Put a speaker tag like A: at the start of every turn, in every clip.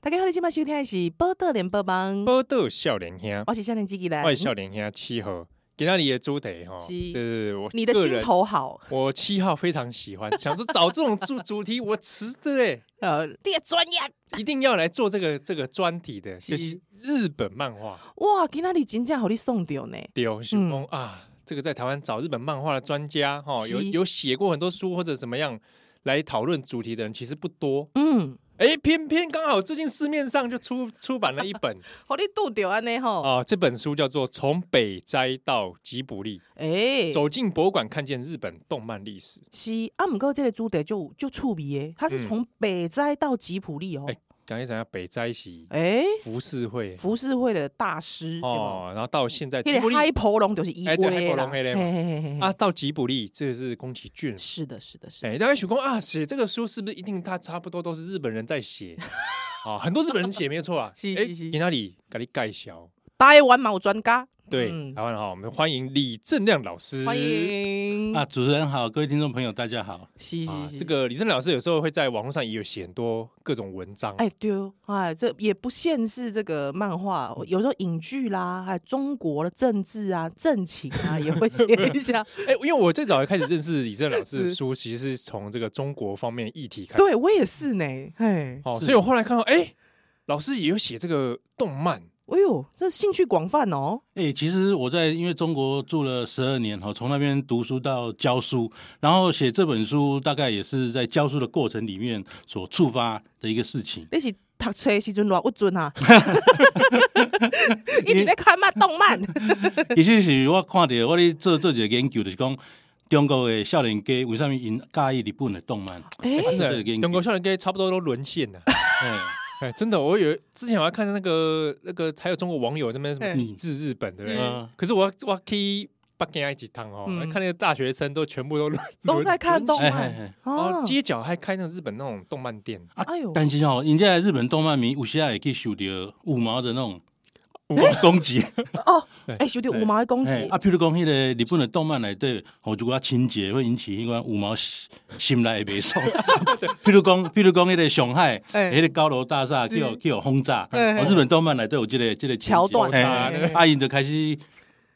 A: 大家好，你今麦收听的是《报道联播网》，
B: 报道少年兄，
A: 我是少年机器人
B: 我是少年兄七号。今天你的主题哈，
A: 是
B: 就是我
A: 你的
B: 个
A: 心
B: 人，
A: 头好，
B: 我七号非常喜 欢，想说找这种主主题，我辞的嘞，
A: 呃，你的专业
B: 一定要来做这个这个专题的，
A: 是嗯
B: 就是日本漫画。
A: 哇，今天你真正好你送掉呢，
B: 丢熊风啊，这个在台湾找日本漫画的专家哈，有
A: 是
B: 有写过很多书或者怎么样来讨论主题的人其实不多，
A: 嗯，
B: 哎，偏偏刚好最近市面上就出出版了一 本
A: 好你渡掉安尼吼，
B: 啊，这本书叫做《从北斋到吉卜力》。
A: 诶、
B: 走进博物馆，看见日本动漫历史。
A: 是啊，毋过这个主题就就趣味诶，它是
B: 嗯
A: 从北斋到吉普力哦，
B: 哎讲一讲下北斋喜
A: 诶、
B: 浮世绘
A: 浮世绘的大师哦，
B: 哦，然后到现在
A: 那
B: 吉卜
A: 个
B: 力
A: 嗨婆龙就是伊
B: 哎对
A: 龟
B: 海
A: 啦，
B: 婆龙那个嘛
A: 嘿
B: 啊，到吉卜力，这个是宫崎骏。
A: 是的，是的，是的，
B: 哎，大家想讲啊，写这个书是不是一定他差不多都是日本人 在写啊？很多日本人写没有错啊。
A: 是
B: 哎
A: 是是
B: 你那里给你盖小
A: 台湾嘛有专家，
B: 对
A: 嗯
B: 台湾哈，我们欢迎李正亮老师。
A: 欢迎
C: 啊，主持人好，各位听众朋友，大家好。
A: 是
B: 啊
A: 是，是，
B: 这个李正亮老师有时候会在网络上也有写很多各种文章。
A: 哎对哦，哎，这也不限是这个漫画，有时候影剧啦，还有中国的政治啊、政情啊，也会写一 下。
B: 哎，因为我最早开始认识李正亮老师
A: 是
B: 的书，其实是从这个中国方面的议题开始。
A: 对我也是呢，嘿，
B: 哦，
C: 是
B: 所以我后来看到，哎、老师也有写这个动漫，
A: 哎呦，这兴趣广泛哦，
C: 哎、其实我在因为中国住了十二年哈，从那边读书到教书，然后写这本书，大概也是在教书的过程里面所触发的一个 事情。
A: 你是读册的时阵偌郁准 啊，一直在看漫动漫，
C: 其实是我看到我咧做做一个研究，就是讲中国的少年家为什么因介意日本的动漫？
A: 哎、
C: 哎
B: 真
C: 这
B: 的
C: 个给，你
B: 中国少年跟差不多都沦陷了。
C: 哎、
B: 哎，真的，我有之前我还看到那个那个，还有中国网友那边什么
A: 哎
B: 抵制日本的，对不对
C: 嗯
B: 可是我我可以不给他鸡汤哦，
A: 嗯
B: 看那个大学生都全部都沦
A: 都在看动
B: 沦
C: 哎
A: 漫
C: 哎哎
B: 陷然
A: 哦
B: 后，街角还开那种日本那种动漫店，
A: 哎呦，
C: 但是哦，人家日本动漫迷有时也可以受到五毛的那种
B: 五
A: 啊
C: 攻击。
A: 哦，
B: 对
A: 哎，有点五毛的攻击，
C: 嘿啊，譬如讲迄个日本的动漫内底，吼，如果情节会引起迄款五毛心心内袂爽。 譬如讲，譬如讲迄个上海，
A: 哎
C: 迄个高楼大厦去有去有轰炸，哦，日本动漫内底有即个即个情节
A: 桥段
C: 嘿
B: 哎
C: 啊，因就开始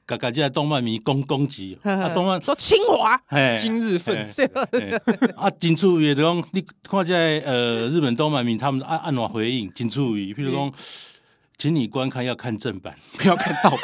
C: 甲甲即个动漫迷攻攻击，啊，动漫。啊
A: 说清华，
C: 嘿
B: 今日
C: 哎
B: 哎 份子，
C: 嘿啊，真趣味的讲，你看这个呃日本动漫迷他们按按哪回应，真趣味。譬如讲，请你观看要看正版，不要看盗版，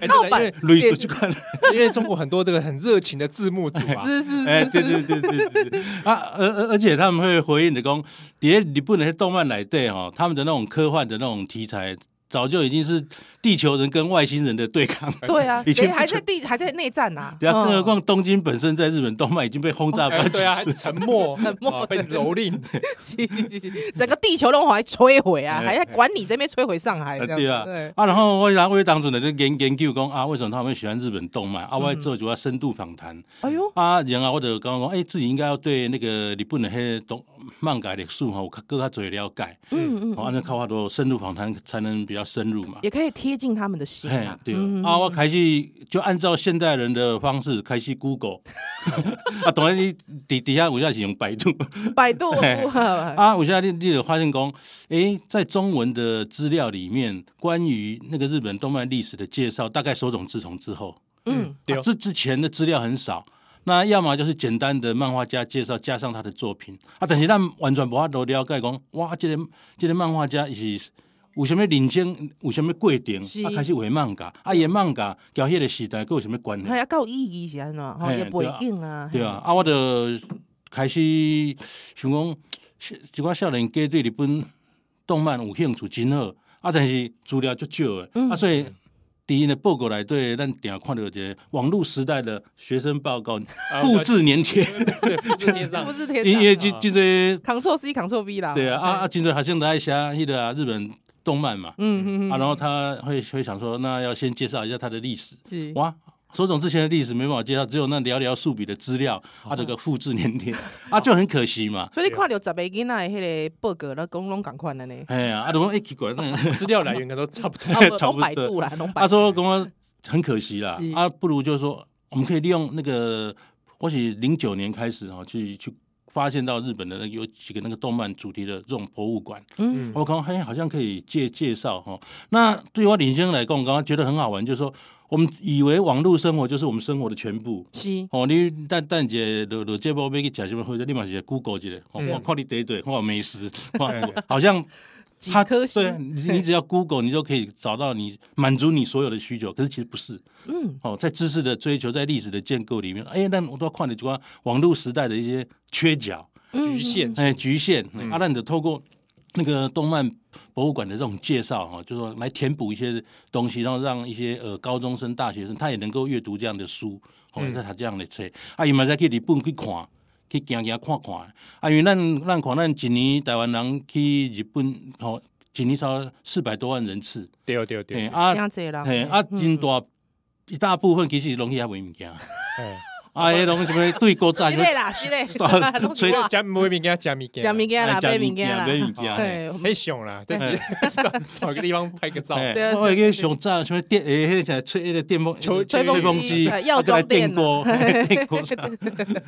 B: 哎，
A: 盗
B: 真的
A: 版
B: 因为
C: 类似去看。
B: 因为中国很多这个很热情的字幕组啊，
A: 是是
C: 哎，
A: 是
C: 对
A: 是，
C: 对对对对对，啊，而而而且他们会回应的讲，别日本的那些动漫来对哦，他们的那种科幻的那种题材，早就已经是地球人跟外星人的对 抗。
A: 对啊，
C: 以前
A: 谁还在地还在内战呐？
C: 对啊，
A: 嗯
C: 更何况东京本身在日本动漫已经被轰炸过
B: 哎
C: 几
B: 哦 对啊，还
C: 次，
B: 沉默， 沉
A: 默
B: 被蹂躏，
A: 是是是是整个地球都还摧毁啊，
C: 哎
A: 还在管理这边摧毁上海，这
C: 啊
A: 样
C: 对啊
A: 子对，
C: 啊，然后我当我当初呢就研研究讲啊，为什么他们会喜欢日本动漫
B: 嗯
C: 啊？我还做主要深度访谈
A: 哎呦，
C: 啊，然后我就刚刚讲，哎，自己应该要对那个日本的迄动漫改历史吼，有更较侪了解，
A: 嗯嗯，
C: 哦，安尼靠法多深入访谈才能比较深入嘛。
A: 也可以贴近他们的心
C: 嘿
A: 啊，，
C: 对啊，我开始就按照现代人的方式开始 Google，啊，当然你底底下我现在是用百度
A: 百度
C: 嘿
A: 啊，
C: 啊，我现在你你有发现讲，诶，在中文的资料里面，关于那个日本动漫历史的介绍，大概手冢治虫之后，
A: 嗯，
B: 对
C: 啊，之之前的资料很少。那要么就是简单的漫画家介绍，加上他的作品啊，但是咱完全无法度了解讲，哇，这个这个漫画家是有什么人生，有什么过程，
A: 是
C: 啊，开始画漫画，啊，伊漫画交迄个时代，佮有什么关系？
A: 还要哎告意义是安怎样，吼
C: 嗯嘿
A: 也不一定啊，
C: 对啊，啊，我就开始想讲，一寡少年家对日本动漫有兴趣真好，啊，但是资料足少的，
A: 嗯
C: 啊，所以第一的报告内底，咱定看到一个网络时代的学生 报告，复制粘贴，
B: 对，复制贴
A: 嘿，
B: 上
A: 不， 是天
C: 因为
A: 长
C: 即即个
A: Ctrl C Ctrl V 啦，
C: 对啊，啊啊，真侪学生都爱写迄个啊日本动漫嘛，
A: 嗯，嗯嗯
C: 啊，然后他会会想说，那要先介绍一下他的历史，
A: 是，
C: 哇，手冢之前的历史没办法介绍，只有那寥寥数笔的资料，啊，这个复制粘贴，啊，就很可惜嘛。
A: 所以你看到十个囡仔的迄个报告，那公拢赶快的呢，
C: 哎呀，啊，怎么一起管呢？
B: 资料来源可能都差 不多。
A: 啊不
C: 差
A: 拢
C: 不多
A: 百度啦，拢百
C: 他
A: 度，
C: 说跟啊我很可惜啦
A: 是，
C: 啊，不如就是说，我们可以利用那个，或许零九年开始哈，去去发现到日本的那个有几个那个动漫主题的这种博物馆，
A: 嗯
B: 嗯
C: 我刚嘿好像可以介介绍哈。那对我领先来讲，我刚刚觉得很好玩，就是说我们以为网络生活就是我们生活的全部。
A: 是，
C: 哦，你蛋蛋姐落落这波要去吃什么，或者立马写 Google 一下，哦
A: 嗯
C: 我看你对对，看我 美食，看我好像
A: 几
C: 它
A: 颗星
C: 对啊你你只要 Google，你就可以找到你满足你所有的需求。可是其实不是，
A: 嗯，
C: 哦，在知识的追求，在历史的建构里面，哎，那我都看了就讲网络时代的一些缺角，
B: 局
A: 嗯
B: 限
C: 哎，局限。
B: 嗯
C: 阿兰的透过那个动漫博物馆的这种介绍哈、哦，就说来填补一些东西，然后让一些呃高中生、大学生他也能够阅读这样的书，哦，
B: 嗯
C: 那他这样的册，啊，伊嘛再去日本去看。去行行看看，啊，因为咱咱看咱一年台湾人去日本，吼、哦，一年超四百多万人次，
B: 对对对
C: 嘿，啊
A: 这，样子啦，嗯
C: 嘿，啊，真大一大部分其实拢去遐买物件，
B: 哎
C: 啊，迄拢什么对国 战
A: 是嘞啦，是 嘞， 拢是
B: 所以
A: 我
B: 加买物件，加物件，啊
A: 吃物件啦，买
C: 买
A: 物件
C: 买
A: 啦，
C: 哎物件，嘿
A: 对，
B: 很想啦，在
C: 嘿
B: 找个地方拍个照，
A: 对
C: 嘿我会去上早什么电诶，迄个吹迄个电风
B: 吹
A: 吹风
C: 风
A: 机
C: 机，
A: 对药
C: 啊再来
A: 妆店
C: 电锅， 电锅啥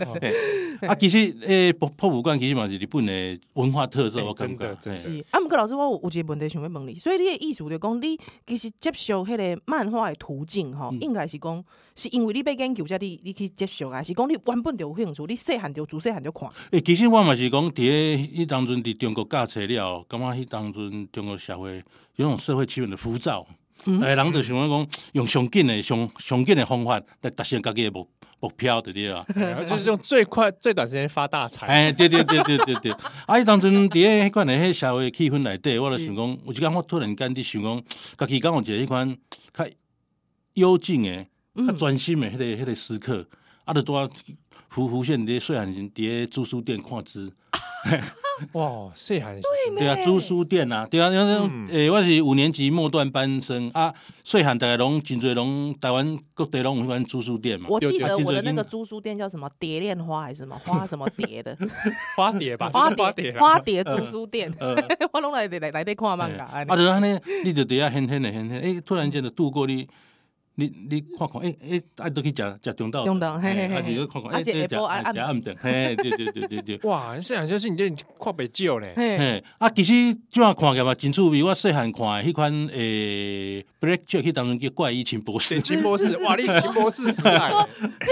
C: 嘿啊，其实诶，博博物馆其实嘛是日本的文化特色，
B: 哎
C: 我感
B: 真
C: 觉
B: 的真的
C: 嘿
A: 是。啊，毋过老师，我有有一个问题想要问你，所以你的意思就讲，你其实接受迄个漫画的途径吼，应该是讲是因为你被研究才你你去接受，还是讲你原本就有兴趣，你细汉就自细汉就看，
C: 诶、其实我嘛是讲，伫咧迄当阵伫中国教册了，感觉迄当阵中国社会有种社会气氛的浮躁，
A: 嗯
C: 逐个人就想要讲用上紧的、上上紧的方法来达成家己的目目标，对对啊。
B: 然后就是用最快、最短时间发大财。
C: 哎，对对对对对对，啊！迄当阵伫咧迄款的迄社会气氛内底，我就想讲，有一工我突然间伫想讲，家己敢有一个迄款较幽静的、
A: 嗯
C: 较专心的迄、个迄、个时刻，啊，就拄啊浮浮现伫咧细汉时伫咧租书店看书。
B: 哇，细汉
C: 对啊，租书店啊，对啊，因为那
B: 嗯
C: 种诶，我是五年级末段班生啊，细汉大概拢真侪拢台湾各地拢有迄款租书店嘛。
A: 我
B: 对
A: 记
B: 对
A: 得
C: 对
A: 我的那
C: 对对
A: 个租书店叫什么蝶恋花还是什么花什么蝶的
B: 花蝶吧，
A: 花
B: 花
A: 蝶
B: 啦，
A: 花蝶租书店，
C: 呃，
A: 我拢来来来在看漫画
C: 啊，
A: 安尼
C: 就是安尼，你就底下很很的很很，诶，突然间就度过你，你你看看，诶诶，啊，都去食食中道，
A: 中道嘿嘿嘿
C: 啊，就去看看，
A: 啊
C: 诶，
A: 这
C: 这
A: 下晡
C: 食
A: 啊暗
C: 食暗顿，嘿，对对对对对。
B: 哇，你细汉就是你这跨北九嘞，
A: 嘿，
C: 嘿，啊，其实怎样看起来嘛，真趣味。我细汉看的迄款诶，Black Jack 去当中叫怪医情博士
B: 对，，金博士，哇，你金博士 时代，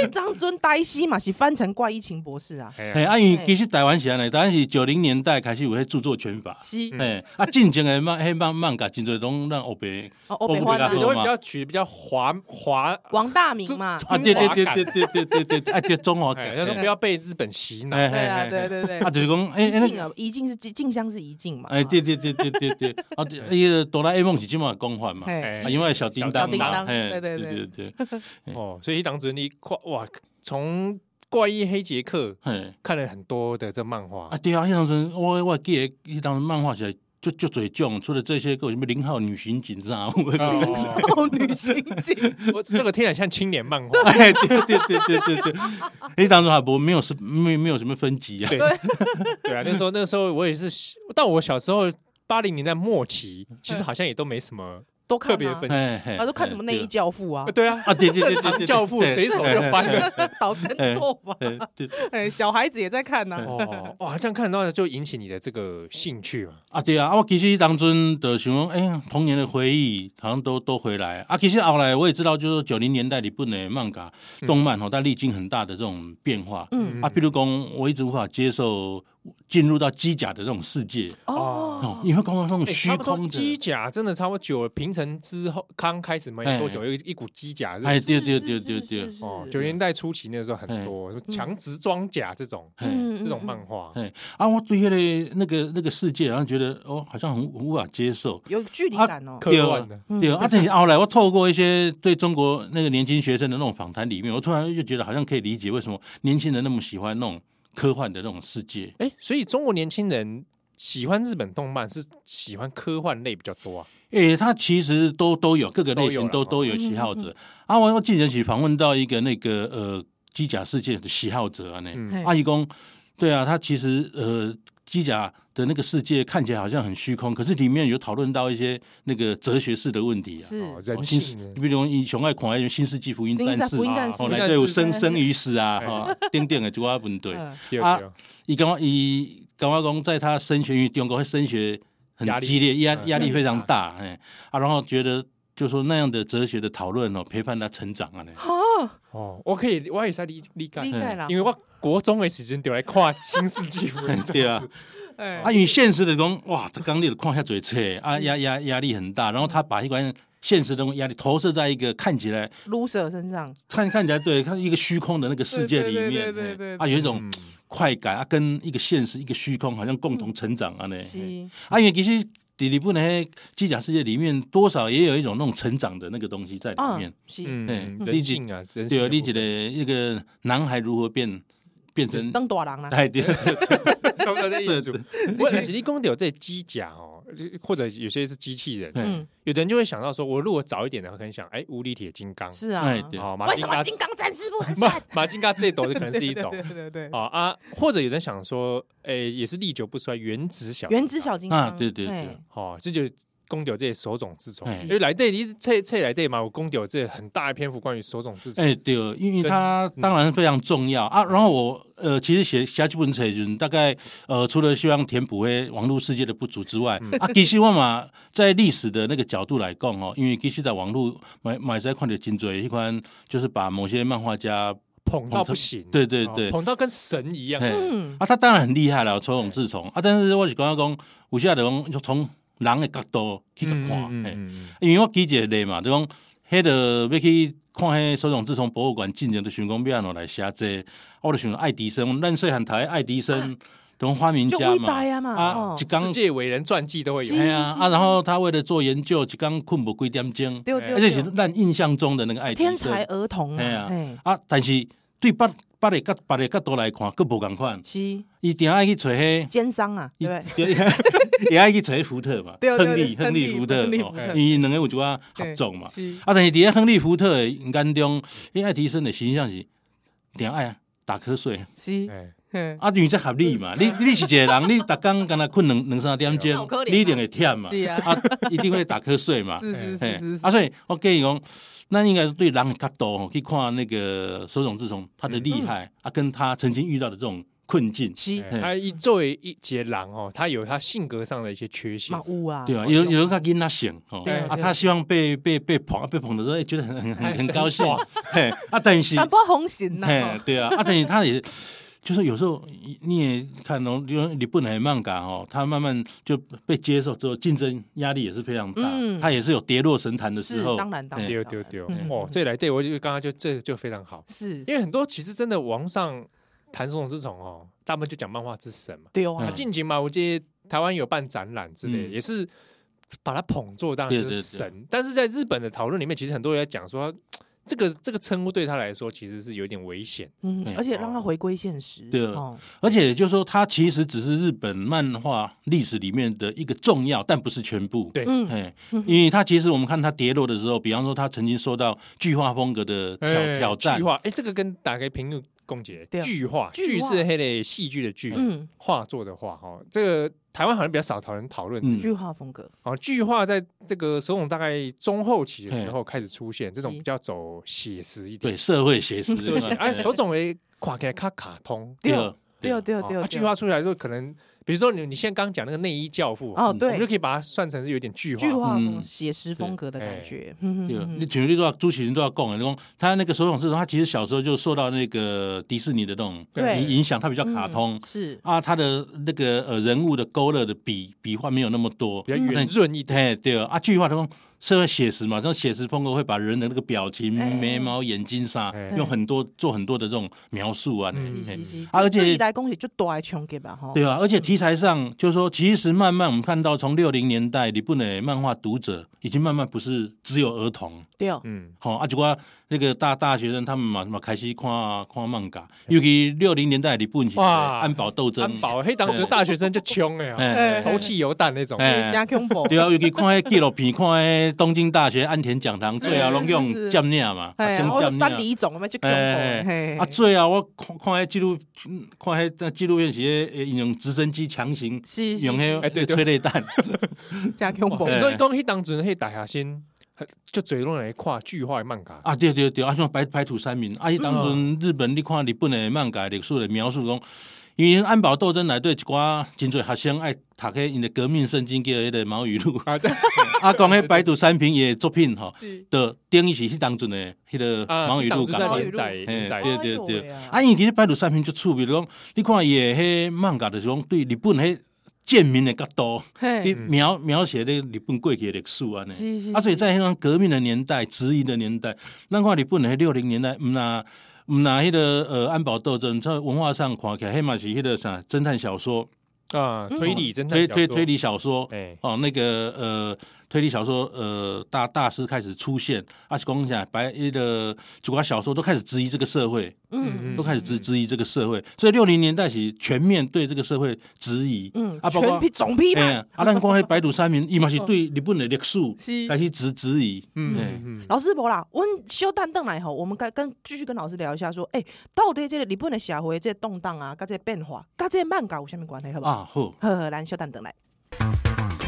A: 你当尊呆西嘛是翻成怪医情博士啊，
B: 哎
C: 嘿，
B: 呀
C: 啊，因为
A: 嘿
C: 其实台湾是安尼，台湾是九零年代开始有迄著作权法，
A: 是
B: 嗯
C: 嘿，啊，进前的漫迄漫漫画真侪拢咱欧白，
A: 哦，欧北花
C: 欧
A: 啊
C: 北
B: 有的会
C: 花
B: 比较取比较华华，
A: 王大明嘛，
B: 这
C: 啊，对对对对对对对对，啊，对中华
B: 哎，
C: 感，
B: 要说不要被日本洗脑，
C: 嘿，嘿
A: 对啊，对，
C: 嘿
A: 对对
C: 嘿，啊，就是讲，哎
A: 一
C: 哎，哎那
A: 静
C: 个
A: 啊，一静是静香是一静嘛，啊
C: 哎， 对对对对对对，啊，对迄个哆啦 A 梦是即嘛讲法嘛，
A: 嘿，
B: 哎
C: 啊，因为小叮
B: 小
C: 当
B: 叮
C: 嘛，
A: 当
C: 嘿
A: 对对对
C: 对对对，
B: 哦，所以当时你跨哇，从怪异黑杰克
C: 嘿，
B: 看了很多的这漫画
C: 啊，，对啊，迄当时我我记得迄当时漫画是就就最种，除了这些个有什么零号女刑警啥，我
B: 哦
A: 少女心境，
B: 我这个听起来像青年漫画，
C: 哎，对对对对对对，迄当时还无没有是没没有什么分级啊。
B: 对对啊，那时候那时候我也是，但我小时候八零年代末期，其实好像也都没什么
A: 都看
B: 特
A: 啊
B: 别分
C: 哎嘿
A: 啊，都看什么内衣教父啊
B: 啊，，对啊，
C: 啊？ 对对对
B: 正
C: 对
B: 常
C: 对，
B: 教父
C: 对啊
B: 随手就翻。了。
A: 导灯座嘛，
C: 对对对
A: 哎，小孩子也在看啊呐，
C: 哎
B: 哦，哇，这样看到就引起你的这个兴趣嘛。
C: 啊，对啊，啊，我其实当阵就想讲，哎、呀，童年的回忆好像都都回来啊。其实后来我也知道，就是九零年代日本的漫画、动漫哦，它历经很大的这种变化。
A: 嗯
C: 啊，譬如讲，我一直无法接受进入到机甲的这种世界哦
A: 哦，，
C: 你会讲到那种
B: 哎
C: 虚
B: 差不多
C: 空
B: 机
C: 的，
B: 甲真的差不多久了，平成之后刚开始没多久，有一一股机甲热
C: 哎，对对对对对哎
A: 是，是
B: 哦，九零年代初期那时候很多什么强直装甲这种
C: 哎
A: 嗯
B: 这种漫画，
C: 哎啊，我对那个那个那个世界，然后觉得哦，好像很很无法接受。
A: 有距离感哦，
B: 科
C: 对
B: 幻的
C: 对啊，但是后来我透过一些对中国那个年轻学生的那种访谈里面，我突然就觉得好像可以理解为什么年轻人那么喜欢那种科幻的那种世
A: 嗯
C: 界。
B: 哎，所以中国年轻人喜欢日本动漫是喜欢科幻类比较多啊。
C: 诶、它其实都都有各个类型
B: 都有
C: 都
B: 啦
C: 都有喜好者。啊，我我记得去访问到一个那个呃机甲世界的喜好者啊，那
B: 嗯
A: 嘿
C: 阿姨公，对啊，他其实呃机甲的那个世界看起来好像很虚空，可是里面有讨论到一些那个哲学式的问题啊。
A: 是
D: 哦，人
B: 哦新
C: 新世
B: 世，
C: 你比如讲，伊上爱看迄种新世纪福音
A: 新世
C: 战士
A: 福音
C: 啊，
A: 战士
C: 后
B: 应
C: 来
B: 该
C: 都有
B: 是
C: 生
A: 对
C: 生与死啊，
B: 对
C: 哈，等等的就啊问题。
A: 嗯
B: 对
C: 啊
B: 对
C: 伊感觉伊感觉讲，在他升学于中国，升学很
B: 压力
C: 激烈，压
B: 嗯
C: 压力非常大，哎啊，然后觉得就说那样的哲学的讨论哦，陪伴他成长啊，呢，
A: 啊，
B: 哦，我可以，我也在理理解嗯
A: 理，解啦，
B: 因为我国中的时阵就来看新世纪福音
C: 对啊，
A: 哎
C: 啊，因为现实的讲，哇，他刚你的看下嘴册啊，压压压力很大，然后他把一关现实的压力投射在一个看起来
A: loser 身上，
C: 看看起来对，看一个虚空的那个世界
A: 对
C: 里
A: 对对
C: 面
A: 对对对
C: 哎啊，有一种
B: 嗯
C: 快感啊，跟一个现实一个虚空好像共同成长啊呢，嘿
A: 是
C: 啊，因为其实在日本的那个机甲世界里面，多少也有一种那种成长的那个东西在里
A: 啊
C: 哎面。，
A: 是
B: 嗯，
C: 对
B: 人性啊，人性
C: 对
B: 的部分
C: 啊，哦你一个一个男孩如何变变成
A: 当大人啊啦，
C: 哎对，
B: 差不多这意思。 我但是你讲到这机甲哦，或者有些是机器人，
C: 嗯
A: 嗯，
B: 有的人就会想到说，我如果早一点的话，可能想，哎，无理铁金刚，哦
A: 是啊，
C: 哎对
B: 好，马
A: 为什
B: 金
A: 么
B: 刚，
A: 金刚战士不能
B: 马
A: 算？
B: 马金刚最陡的可能是一 种
A: 对对对对，
B: 啊啊，或者有人想说，哎，也是历久不衰，原子小
A: 原子小金
C: 啊
A: 刚，
C: 对对
A: 哎
C: 对，
B: 哦，这就公掉这手冢治虫
C: 哎，
B: 因为来对，你这这来对嘛，我公掉这很大一篇幅关于手冢治虫，
C: 哎对，因为
B: 跟
C: 它当然非常重要啊。然后我呃，其实写写这本册的时候大概呃，除了希望填补诶网络世界的不足之外，啊，其实我嘛在历史的那个角度来讲哦，因为其实在网络买买在看的真多一款，就是把某些漫画家
B: 捧到不行，
C: 对对
B: 哦
C: 对
B: 捧到跟神一样，
C: 哎
A: 嗯，
C: 啊，他当然很厉害了，抽屉自从啊，但是我是感觉讲，有些人就从人的角度去甲看，
B: 嗯
C: 嘿
B: 嗯
C: 因为我举一个例嘛，就讲迄个要去看迄手冢自从博物馆进前，就想讲要安怎来写这個啊我就想爱迪生，咱细汉读的爱迪生，就讲发明
A: 就
C: 家
A: 伟
C: 嘛
A: 大，啊嘛，
C: 啊
A: 哦，
C: 一
B: 嗯世
C: 工
B: 界伟人传记都会有
A: 是，
C: 哎呀啊，然后他为了做研究，一工困无几点钟，
A: 对
B: 哎
A: 对
C: 而
A: 对，
C: 且是咱印象中的那个爱迪
A: 天
C: 生，
A: 才儿童
C: 哎
A: 啊
C: 呀，
A: 哎，
C: 啊，但是对别别个角别个角度来看，佫无共款，
A: 是
C: 伊定爱去找迄、
A: 奸商啊，对不对？
C: 也 也爱去找福特嘛，
A: 对对
C: 亨
A: 对
C: 利亨利福特
A: 亨利
C: 哦
A: 亨利福特
C: 因为两个有一寡合作嘛。
A: 是
C: 啊，但是伫咧亨利福特的眼中，伊爱提升的形象是定爱打瞌睡，
A: 是，
B: 哎，
A: 嘿
C: 啊，因为这合理嘛。你 你是一个人，你逐工敢若困两两三点
A: 那有
C: 钟
A: 可能，啊
C: 你一定会忝嘛
A: 是，啊，
C: 啊，一定会打瞌睡嘛。
A: 是是
C: 嘿
A: 是是是，
C: 啊，所以我建议讲，那应该对人的角度哦去看那个手冢治虫他的厉
A: 嗯
C: 害啊，跟他曾经遇到的这种困境，
A: 是
B: 哎他一作为一节狼哦，他有他性格上的一些缺陷
A: 嘛，有啊，
C: 对啊，有有人他跟他醒哦
B: 对，
C: 啊，
A: 对
C: 他希望被被被捧啊被捧的时候，哎觉得很很很很 高兴
B: 很爽，
C: 嘿，啊，但是，
A: 但不红心呐，
C: 嘿
A: 哦，
C: 对啊，啊，但是他也就是有时候你你也看哦，因为日本的漫改哦，他慢慢就被接受之后，竞争压力也是非常大
A: 嗯，
C: 他也是有跌落神坛的时
A: 是
C: 候，
A: 当然当然，
B: 丢
A: 当
B: 丢
A: 然
B: 丢
A: 嗯
B: 哦，这来对我就刚刚就这就非常好，
A: 是
B: 因为很多其实真的网上谈手冢治虫哦，大部分就讲漫画之神嘛，
A: 丢啊
C: 嗯，
B: 近期嘛，我记得台湾有办展览之类的，
C: 嗯
B: 也是把它捧作当然就
C: 对对
B: 是
C: 对
B: 神，但是在日本的讨论里面，其实很多人在讲说。这个这个称呼对他来说其实是有点危险，
A: 嗯
C: 哎，
A: 而且让他回归现实，
C: 对
A: 哦，
C: 而且就是说，他其实只是日本漫画历史里面的一个重要，但不是全部。
B: 对
A: 嗯
C: 哎，因为他其实我们看他跌落的时候，比方说他曾经受到巨化风格的挑、
B: 哎
C: 挑战
B: 剧，化，哎，这个跟打开评论共解
A: 对，啊
B: 剧化，
A: 剧
B: 剧
A: 化
B: 是黑的戏剧的剧，
A: 嗯，
B: 画作的画哦，这个台湾好像比较少讨论讨论。
C: 嗯
A: 句话风格
B: 哦，剧画在这个手冢大概中后期的时候开始出现，这种比较走写实一点。
C: 对社会写实，
B: 是不是？哎，
C: 哎
B: 手冢诶，垮开卡卡通，
A: 对
C: 对
A: 对对对
B: 哦，啊
A: 对，
B: 剧画出来之后，可能比如说你你现在刚讲那个内衣教父，
A: 哦
B: 我们就
A: 对，
B: 可以把它算成是有点剧
A: 句
B: 画。
A: 话风
C: 嗯
A: 写实风格的感
B: 哎
A: 觉，嗯
C: 对，
A: 嗯
C: 你
A: 嗯
C: 举例都要朱启麟都要供了，你讲他那个手冢治虫，他其实小时候就受到那个迪士尼的那种
A: 对
C: 影影响，他比较卡
A: 嗯
C: 通、
A: 是
C: 啊，他的那个呃人物的勾勒的笔笔画没有那么多，
B: 比较圆润一点，
C: 对对啊，句话中社会写实嘛，这种写实风格会把人的那个表情、
A: 哎
C: 眉毛、眼睛啥
B: 哎，
C: 用很多做很多的这种描述啊，
B: 嗯
A: 是
C: 嘿
A: 是是，
C: 啊而且
A: 对他来恭喜就大的冲击吧，
B: 哦
A: 哈，
C: 对啊，而且题材上就是说，其实慢慢我们看到，从六零年代日本的漫画读者已经慢慢不是只有儿童，
A: 对，
B: 嗯，
C: 好、啊，就我那个大大学生他们嘛嘛开始看看漫画，尤其六零年代的日本是
B: 哇
C: 安保斗争，
B: 安保黑当时大学生就穷哎呀，
C: 哎，
B: 投汽油弹那种，
C: 哎
A: 加恐怖，
C: 对啊，尤其看迄纪录片，看迄东京大学安田讲堂，
A: 是
C: 最后拢
A: 是
C: 用
A: 是
C: 占领嘛，啊
A: 哎，
C: 先
A: 我就
C: 占
A: 三
C: 领。
A: 里总嘛就恐怖，
C: 哎
A: 嘿，
C: 啊，最后我看看迄纪录，看迄那纪录片是迄用直升机强行
A: 是
C: 用
A: 是
B: 哎对
C: 迄
B: 对
C: 催泪弹，
A: 加 恐怖，
C: 哎
B: 所以讲黑当时黑大学生就最容来看巨化的漫画，
C: 啊，对对对，啊，像白白土三民，啊，迄当阵日本你看日本的漫改历史的描述讲，因为安保斗争内底一寡真侪学生爱读迄因的革命圣经叫迄个毛语录，
B: 啊，对，
C: 啊，讲迄白土三平的作品吼，
A: 是
C: 的定义是迄当阵的迄个
B: 啊，
C: 毛语录
B: 在
C: 改
A: 毛
C: 编
A: 语。
B: 连载连载
C: 嘿，对
A: 哎
C: 对
A: 呦喂
C: 对，
A: 啊
C: 啊，因其实摆落三片就趣味，就讲你看伊诶迄漫画，就是讲对日本迄贱民的角度，去
A: 嘿，
C: 描描写咧日本过去的历史安尼。
A: 是是
C: 啊，所以在迄种革命的年代、质疑的年代，咱看日本的迄六零年代，毋那毋那迄个呃安保斗争，在文化上看起来，迄嘛是迄个啥侦探小说，
B: 啊，推理侦探
C: 推
B: 小
C: 推
B: 说
C: 推，理小说，
B: 哎，
C: 哦，那个呃，推理小说呃大大师开始出现，啊，是讲啥白那个主管小说都开始质疑这个社会，
A: 嗯
C: 都开始质
B: 嗯
C: 质疑这个社会，所以六零年代起全面对这个社会质疑，
A: 嗯，
C: 啊，包
A: 全
C: 括
A: 批总批
C: 哎
A: 嘛。
C: 呀，啊，咱讲迄白土三民，伊嘛是对日本的历史
A: 是
B: 哎
C: 开始质质疑，哎
B: 嗯嗯，
A: 老师伯啦，我们休蛋邓来吼，我们该跟继续跟老师聊一下，说，哎，到底这个日本的社会这个动荡啊，跟这个变化，跟这个漫画有什么关系，好不好？
C: 啊，好，
A: 呵呵，咱休蛋邓来。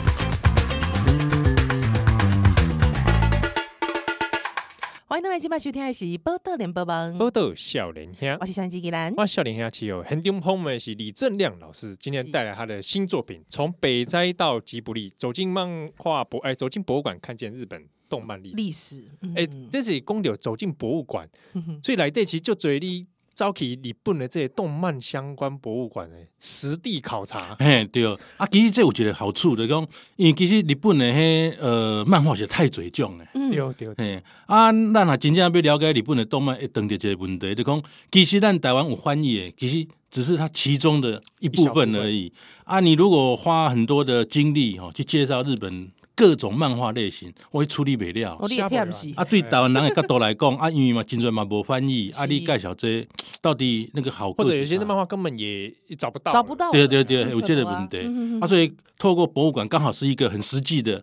A: 欢迎回来今晚收听的是《报道联播网》，
B: 波豆笑脸兄
A: 我。是相机吉兰。
B: 哇，笑脸下期有 h a n d i n Home 的是李正亮老师，今天带来他的新作品《从北斋到吉卜力》，走进漫画博，哎，走进博物馆，看见日本动漫历史。
A: 历史，嗯
B: 哎、这是公牛走进博物馆，
A: 嗯哼
B: 所以来这期就嘴里招起日本的这些动漫相关博物馆的实地考察。
C: 嘿，对，啊，其实这有一个好处，就是讲，因为其实日本的迄呃漫画是太侪种诶。
A: 嗯
B: 对哦对对，
C: 嘿，啊，咱若真正要了解日本的动漫，会碰到一个问题，就讲，其实咱台湾有翻译的，其实只是它其中的一部分而已。啊，你如果花很多的精力吼、哦、去介绍日本各种漫画类型，我会处理不了。
A: 我
B: 下
A: 的
B: 不了
A: 骗死，
C: 啊，对台湾人的角度来讲，啊，因为嘛，真侪嘛无翻译，啊，
A: 是
C: 你介绍这到底那个好
B: 或
C: 故事
B: 者
C: 是啥，
B: 有些漫画根本也也找不到了，
A: 找不到了，
C: 对对对，
A: 很
C: 有这
A: 扯
C: 个
A: 啊
C: 问题。
A: 嗯嗯嗯
C: 啊，所以透过博物馆刚好是一个很实际的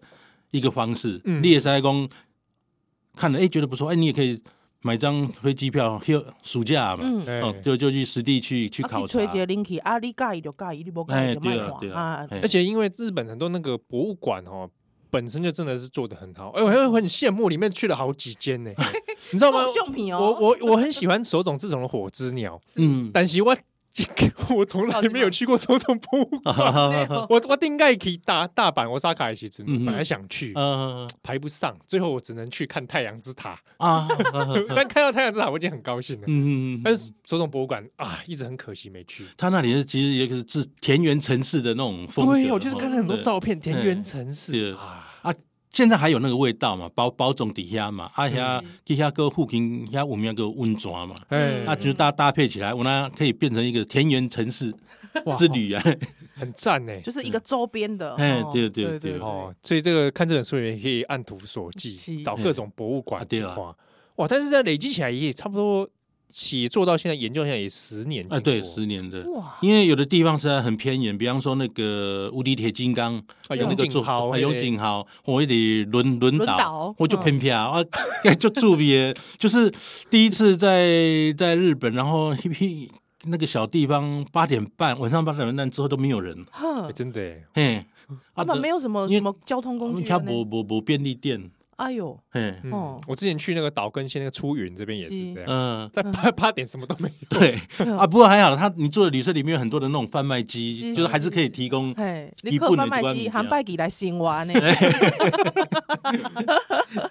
C: 一个方式。
B: 嗯
C: 你也是讲看了，哎、觉得不错，哎、你也可以买张飞机票，休暑假嘛，
A: 嗯，
B: 哎。
C: 哦、就就去实地去去
A: 啊
C: 考
A: 去
C: 察
A: 吹一。个 linky，啊，你介意就介意，你不介
C: 哎、
A: 意就
C: 对啊，
A: 卖
C: 对
A: 看
C: 啊
A: 啊，。
C: 哎
B: 而且因为日本很多那个博物馆哦，本身就真的是做的很好，哎，我会很羡慕里面去了好几间 呢，你知道吗？
A: 够相片哦，
B: 我我我很喜欢手冢治虫的火之 鸟，
C: 嗯，
B: 但是我我从来没有去过手冢博物馆。
C: 哦
B: 我我应该可以大大阪、我萨卡一起去，
C: 嗯哼
B: 本来想去，
C: 呃
B: 排不上，最后我只能去看太阳之塔。
C: 啊，
B: 但看到太阳之塔，我已经很高兴了。
C: 嗯，
B: 但是手冢博物馆啊，一直很可惜没去。
C: 他那里是其实也是自田园城市的那种风格。
B: 对，我就是看了很多
C: 哦。
B: 照片，田园城
C: 是
B: 市啊，
C: 现在还有那个味道嘛，包包种底下嘛，
B: 嗯
C: 啊遐底下个附近遐有名个温泉嘛，
B: 哎
C: 啊，就是搭搭配起来，我那可以变成一个田园城市
B: 哎哇
C: 之旅啊！
B: 很赞呢。
A: 就是一个周边的，
C: 哎
A: 哦
C: 对对
A: 对
C: 对
B: 哦，所以这个看这本书也可以按图索骥，
A: 是
B: 找各种博物馆
C: 嗯对
B: 去
C: 啊
B: 看。哇，但是这样累积起来也差不多写作到现在，研究现在也十年
C: 啊，对，
B: 经过
C: 十年的，
A: 哇，
C: 因为有的地方实在很偏远，比方说那个无敌铁金刚，
B: 啊，
C: 有那
B: 永
C: 个
B: 井
C: 做
B: 豪
C: 啊
B: 那个，
C: 永井豪，我一得轮轮
A: 轮
C: 岛
A: 岛，嗯
C: 我就偏僻啊，啊 就住别，就是第一次在在日本，然后 嘿嘿那个小地方八点半晚上八点半之后都没有人，
B: 哎
A: 哼，
B: 真的耶
C: 嘿，
A: 他们没有什么
C: 因为
A: 什么交通工具
C: 他
A: 啊呢，
C: 不不不便利店，
A: 哎呦，
C: 嘿，
B: 嗯
A: 哦，
B: 我之前去那个岛根县那个出云这边也是
A: 是
B: 这样，
C: 嗯。
B: 在八八点什么都没 有。
C: 对啊，不过还好啦，他你住的旅社里面有很多的那种贩卖机，
A: 是
C: 就是还是可以提供
A: 嘿，你
C: 基
A: 靠
C: 本的
A: 贩卖
C: 一般
A: 机
C: 物
A: 喊
C: 件
A: 拜机来生活 呢，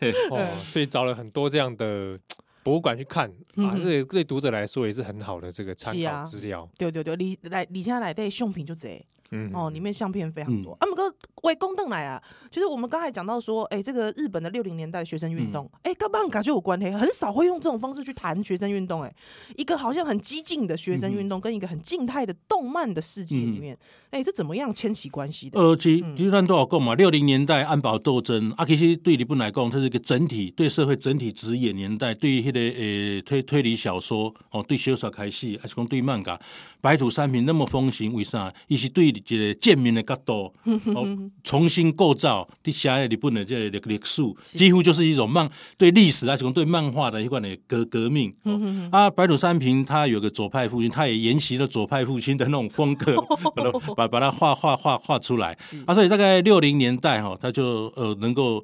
A: 嗯
B: 哦，所以找了很多这样的博物馆去看啊，
A: 嗯
B: 这个对读者来说也是很好的这个参
A: 是
B: 考
A: 啊
B: 资料。
A: 对对对，里来里下来的相片就多，
B: 嗯
A: 哦，里面相片非常
C: 嗯
A: 多。啊，不过喂，公邓来啊，就是我们刚才讲到说，哎、这个日本的六零年代学生运动，
C: 嗯
A: 哎、跟棒卡就有关系，很少会用这种方式去谈学生运动、哎，一个好像很激进的学生运
C: 嗯
A: 动，跟一个很静态的动漫的世界里面，哎、这怎么样牵起关系的？
C: 呃，其其实咱都有讲嘛，六零年代安保斗争，啊，其实对日本来讲，它是一个整体对社会整体指引年代，对于迄、个呃推推理小说，哦，对小说开始，还是讲对漫画，白土三平那么风行，为啥？伊是对一个贱民的角度，哦，重新构造伫写日本的这个历史，几乎就是一种漫对历史啊还是讲对漫画的一款的革革命。哦啊，白土三平他有个左派父亲，他也沿袭了左派父亲的那种风格，把它把把它画画画画出来啊，所以大概六零年代哈、哦，他就呃能够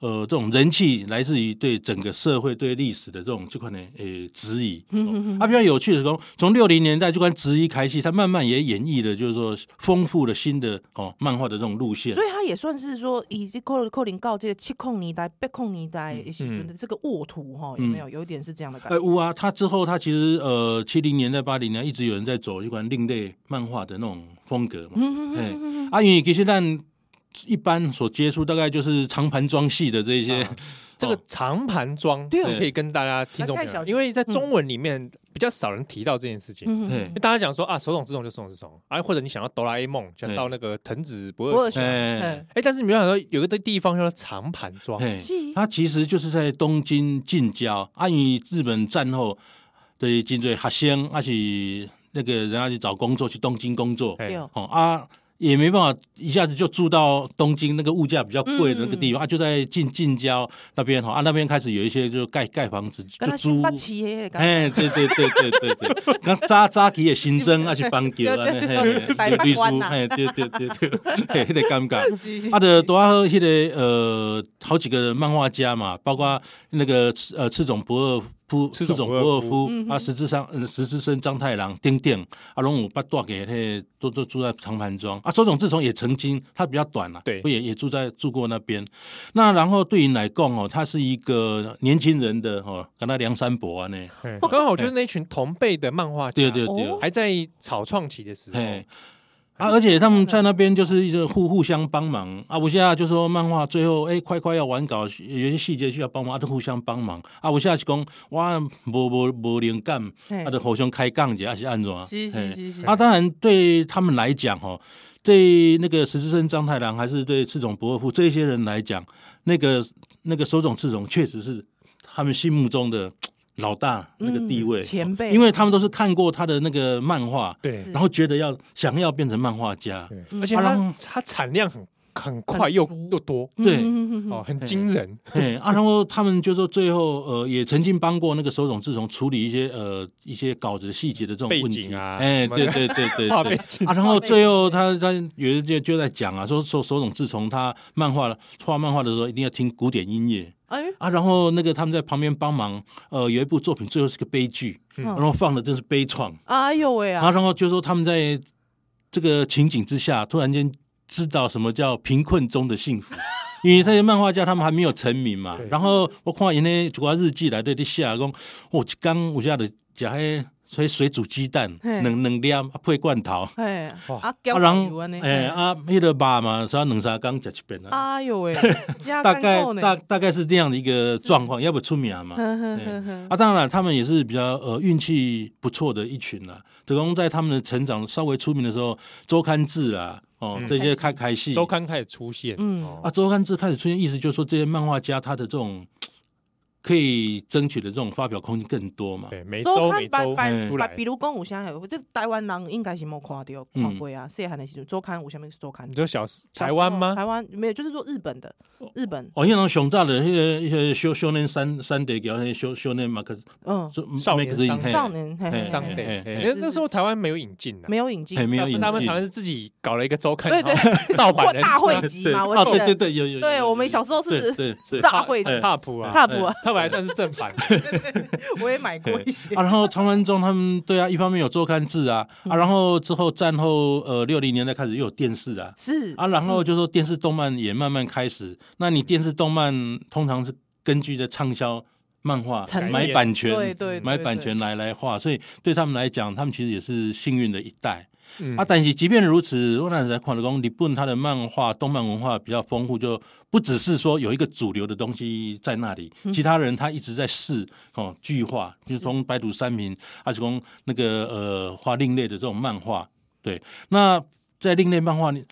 C: 呃这种人气来自于对整个社会对历史的这种这款的呃质疑。哦啊，比较有趣的是说，从六零年代这款质疑开始，他慢慢也演绎了就是说丰富了新的哦漫画的这种路线
A: 所。以他也算是说，以及扣扣零告这个七控年代、八控年代一些的这个沃土哈，有没有有一点是这样的感
C: 嗯哎，
A: 觉？
C: 乌啊，他之后他其实呃，七零年代、八零年代一直有人在走一款另类漫画的那种风格嘛。哎，啊，因为其实咱一般所接触大概就是长盘庄系的这些，
B: 这
C: 哦
B: 个长盘庄
A: 对
B: 可以跟大家听众朋
A: 来太小
B: 友，因为在中文里面比较少人提到这件事情。
A: 嗯
C: 哎
B: 因为大家讲说啊，手冢治虫就手冢治虫，啊，或者你想到哆啦 A 梦，
C: 嗯
B: 想到那个藤子不
A: 我
B: 二
A: 有
B: 雄，
A: 想，
C: 哎
A: 哎，
B: 哎，但是你没有想到有一个地方叫做长盘庄，
C: 哎，
A: 是
C: 他其实就是在东京近郊，啊，因为日本战后的真侪学生，啊是那个人家去找工作，去东京工作，
B: 哎
A: 对，
C: 哦啊，也没办法一下子就住到东京那个物价比较贵的那个地
A: 嗯
C: 方、啊，就在近近郊那边哈啊，那边开始有一些就盖盖房子
A: 跟
C: 就
A: 他
C: 租
A: 新。八旗耶，
C: 哎，对对对对对对，刚早早期的新增啊是邦桥啊，
A: 对对对啊
C: 嘿
A: 台
C: 嘿律
A: 北
C: 师
A: 湾呐
C: 嘿，对对对对，嘿，那个尴尬。
A: 是是
C: 啊，的多好迄个呃，好几个漫画家嘛，包括那个呃赤冢不二夫、
B: 赤
C: 赤
B: 冢
C: 冢
B: 不
C: 不
B: 二
C: 二
B: 夫
C: 夫啊，石之上、呃石之森章太郎、丁丁啊，龙武八大给那都都住在长盘庄啊。手冢治虫也曾经，他比较短了、
B: 对
C: 也也住在住过那边。那然后对于来讲哦，他是一个年轻人的哦，跟他梁山伯啊呢，
B: 哎 刚好就是那群同辈的漫画家，
C: 对对对。
A: 哦
B: 还在草创期的时候，
C: 嘿，啊，而且他们在那边就是一直互互相帮忙啊。我现在就说漫画最后哎、快快要完稿，有些细节需要帮忙，啊，都互相帮忙啊。我现在是讲我无无无灵感，
A: 嘿
C: 啊，就互相开杠者，还啊是安怎？
A: 是
C: 嘿
A: 是是是，
C: 啊，当然对他们来讲，哦，对那个石之森章太郎，还是对赤冢不二夫这些人来讲，那个那个手冢赤冢确实是他们心目中的老大那个地位、
A: 嗯前辈
C: 因为他们都是看过他的那个漫画，
B: 对，
A: 是
C: 然后觉得要想要变成漫画家，
B: 对
A: 嗯
B: 而且
C: 啊然
B: 它
C: 后
B: 它产量很很快又
A: 足
B: 又多
C: 对
A: 嗯嗯嗯嗯
B: 哦，很惊人，
C: 嘿啊，然后他们就说最后呃也曾经帮过那个手冢治虫处理一些呃一些稿子细节的这种
B: 背
C: 问
B: 景
C: 题
B: 啊
C: 哎，
B: 什么
C: 对
B: 的
C: 对对 对
B: 画
C: 对
B: 背景
C: 啊，然后最后他他有一就就在讲啊，说手手冢治虫他漫画画漫画的时候一定要听古典音乐
A: 哎，
C: 啊，然后那个他们在旁边帮忙，呃，有一部作品最后是个悲剧，
B: 嗯
C: 然后放的真是悲怆，
A: 哦哎呦喂
C: 然
A: 啊
C: 后，然后就说他们在这个情景之下，突然间知道什么叫贫困中的幸 福。因为这些漫画家他们还没有成名嘛
B: 对，
C: 然后我看人家主要日记来对你写讲，哦我刚我下的加迄所以水煮鸡蛋，
A: 嘿
C: 两两粒啊配罐头，啊
A: 哎，
B: 哇
A: 啊，交朋友安尼
C: 人哎，啊迄个肉嘛，只要两三工食一遍啊，
A: 哎呦 喂，加
C: 大概
A: 干够呢
C: 大大概是这样的一个状况，要不出名嘛。
A: 哼哼哼哼
C: 啊，当然他们也是比较呃运气不错的一群啦。德公在他们的成长稍微出名的时候，周刊志啊，哦、
B: 嗯
C: 这些开开戏
B: 周刊开始出现，
A: 嗯
B: 哦
C: 啊，周刊志开始出现，意思就是说这些漫画家他的这种嗯可以争取的这种发表空间更多嘛。
B: 对，每
A: 周
B: 周
A: 刊
B: 每
A: 版
B: 周
C: 嗯
A: 版
B: 出
A: 版，
B: 来
A: 比，如讲有啥有，这台湾人应该是没看到
C: 嗯
A: 看过啊。细汉的时候周刊有啥物是周刊
B: 你？说
A: 小
B: 小
A: 时候
B: 台湾吗？
A: 台湾没有，就是说日本的，日本，
C: 哦，现场熊炸的那些一些修修炼三三德教那些修修炼马克
A: 嗯，
B: 少年商嘿
A: 少年嘿嘿
C: 嘿
A: 嘿
B: 上
C: 嘿
B: 对，
C: 嘿
B: 哎
C: 嘿
B: 那那时候台湾没有引进啊的，
A: 没有引进，
C: 嘿没有引进
B: 他们台湾是自己搞了一个周刊，
A: 对对
B: 然 后盗版
A: 或
B: 人
A: 大
B: 出来
A: 会集嘛，我
C: 哦，
A: 记
C: 对对
A: 得，
C: 对，有有有。
A: 对我们小时候
C: 对
A: 是
C: 对对。
A: 大会集
C: 哎
B: 帕普啊，
A: 大补啊，
B: 他本来算是正 版，
A: 我也买过一些
C: 啊，，然后长安中他们对啊，一方面有周刊志啊，啊，然后之后战后呃六零年代开始又有电视啊，
A: 是
C: 啊，然后就说电视动漫也慢慢开始。那你电视动漫通常是根据的畅销漫画
A: 成
C: 买
B: 立
C: 版
A: 对
C: 权，
A: 对，
C: 买
A: 对
C: 版权，来来画，所以对他们来讲，他们其实也是幸运的一代。
A: 对
B: 嗯
C: 啊，但是即便如此，我那时才看到讲，日本它的漫画、动漫文化比较丰富，就不只是说有一个主流的东西在那里，其他人他一直在试哦，剧化，就是从白土三明，啊，是从那个呃画另类的这种漫画，对，那在另类漫画里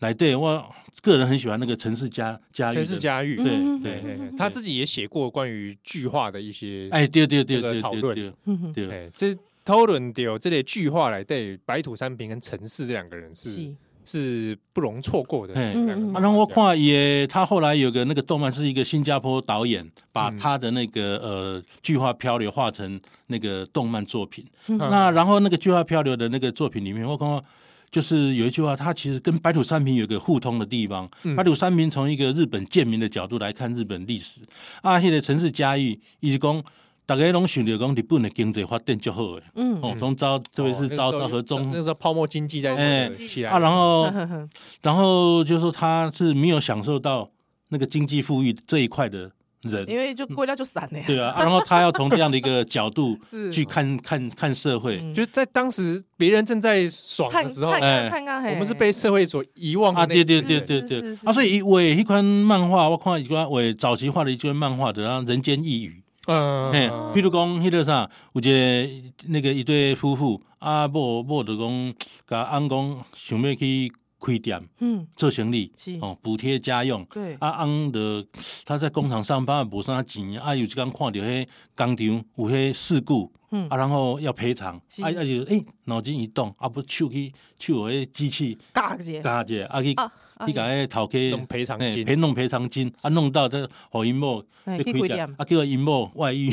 C: 来对我个人很喜欢那个陈世佳佳玉
B: 陈
C: 的
B: 世，佳玉，
C: 对
A: 嗯
B: 对
C: 对，
B: 对，对他自己也写过关于剧化的一些，
C: 哎，对对对
B: 这个
C: 对
B: 讨
C: 对
B: 论
C: 对
A: 嗯
C: 对，
B: 哎，这讨论掉这类剧化来对白土三平跟陈氏这两个人是
A: 是
B: 是不容错过的
C: 嘿
B: 两个
A: 嗯
B: 漫画家。
C: 啊，然后我看也，他后来有个那个动漫是一个新加坡导演，把
B: 嗯
C: 他的那个呃巨化漂流画成那个动漫作品。
A: 嗯
C: 那然后那个巨化漂流的那个作品里面，我刚刚就是有一句话，它其实跟白土三平有个互通的地方。
B: 嗯
C: 白土三平从一个日本贱民的角度来看日本历史，啊，迄、个城市嘉义，伊是讲大家拢想着讲日本的经济发展较好诶，
A: 嗯
C: 哦，从招特别是招招和中。
B: 那时候泡沫经济在那个
C: 哎
B: 起来
C: 啊，然后
A: 哼哼
C: 然后就说他是没有享受到那个经济富裕这一块的人，
A: 因为就过掉就散了呀，
C: 对啊，啊然后他要从这样的一个角度
A: 是
C: 去看看看社会，
A: 嗯
B: 就是在当时别人正在爽
A: 看
B: 的时候，
A: 看看
C: 哎
A: 看看，嘿
B: 我们是被社会所遗忘的
C: 啊，
B: 那一
C: 对对
B: 群
C: 对
A: 是
B: 人
C: 对对
A: 是，是
C: 啊，所以我一款漫画，我看一款我早期画的一卷漫画的，然后人间一语，
B: 嗯
C: 嘿，
B: 嗯
C: 譬如讲迄个啥，有一个那个一对夫妇，啊，某某就讲，甲翁讲想要去开店
A: 嗯
C: 做生意，
A: 是
C: 哦，补贴家用，
A: 对
C: 啊，翁的他在工厂上班也无啥钱，啊，有一天看到迄工厂有迄事故，
A: 嗯
C: 啊，然后要赔偿，
A: 是
C: 啊，啊就诶脑筋一动，啊，不手去手有迄机器
A: 尬姐
C: 加一下，啊去
A: 啊，啊
C: 去甲迄头
B: 弄
C: 家
B: 赔偿
C: 诶
B: 金，
C: 哎赔弄赔偿金，啊，弄到这互因某
A: 嘿哎
C: 要
A: 去
C: 开
A: 开
C: 店
A: 店，
C: 啊，结果因某外遇，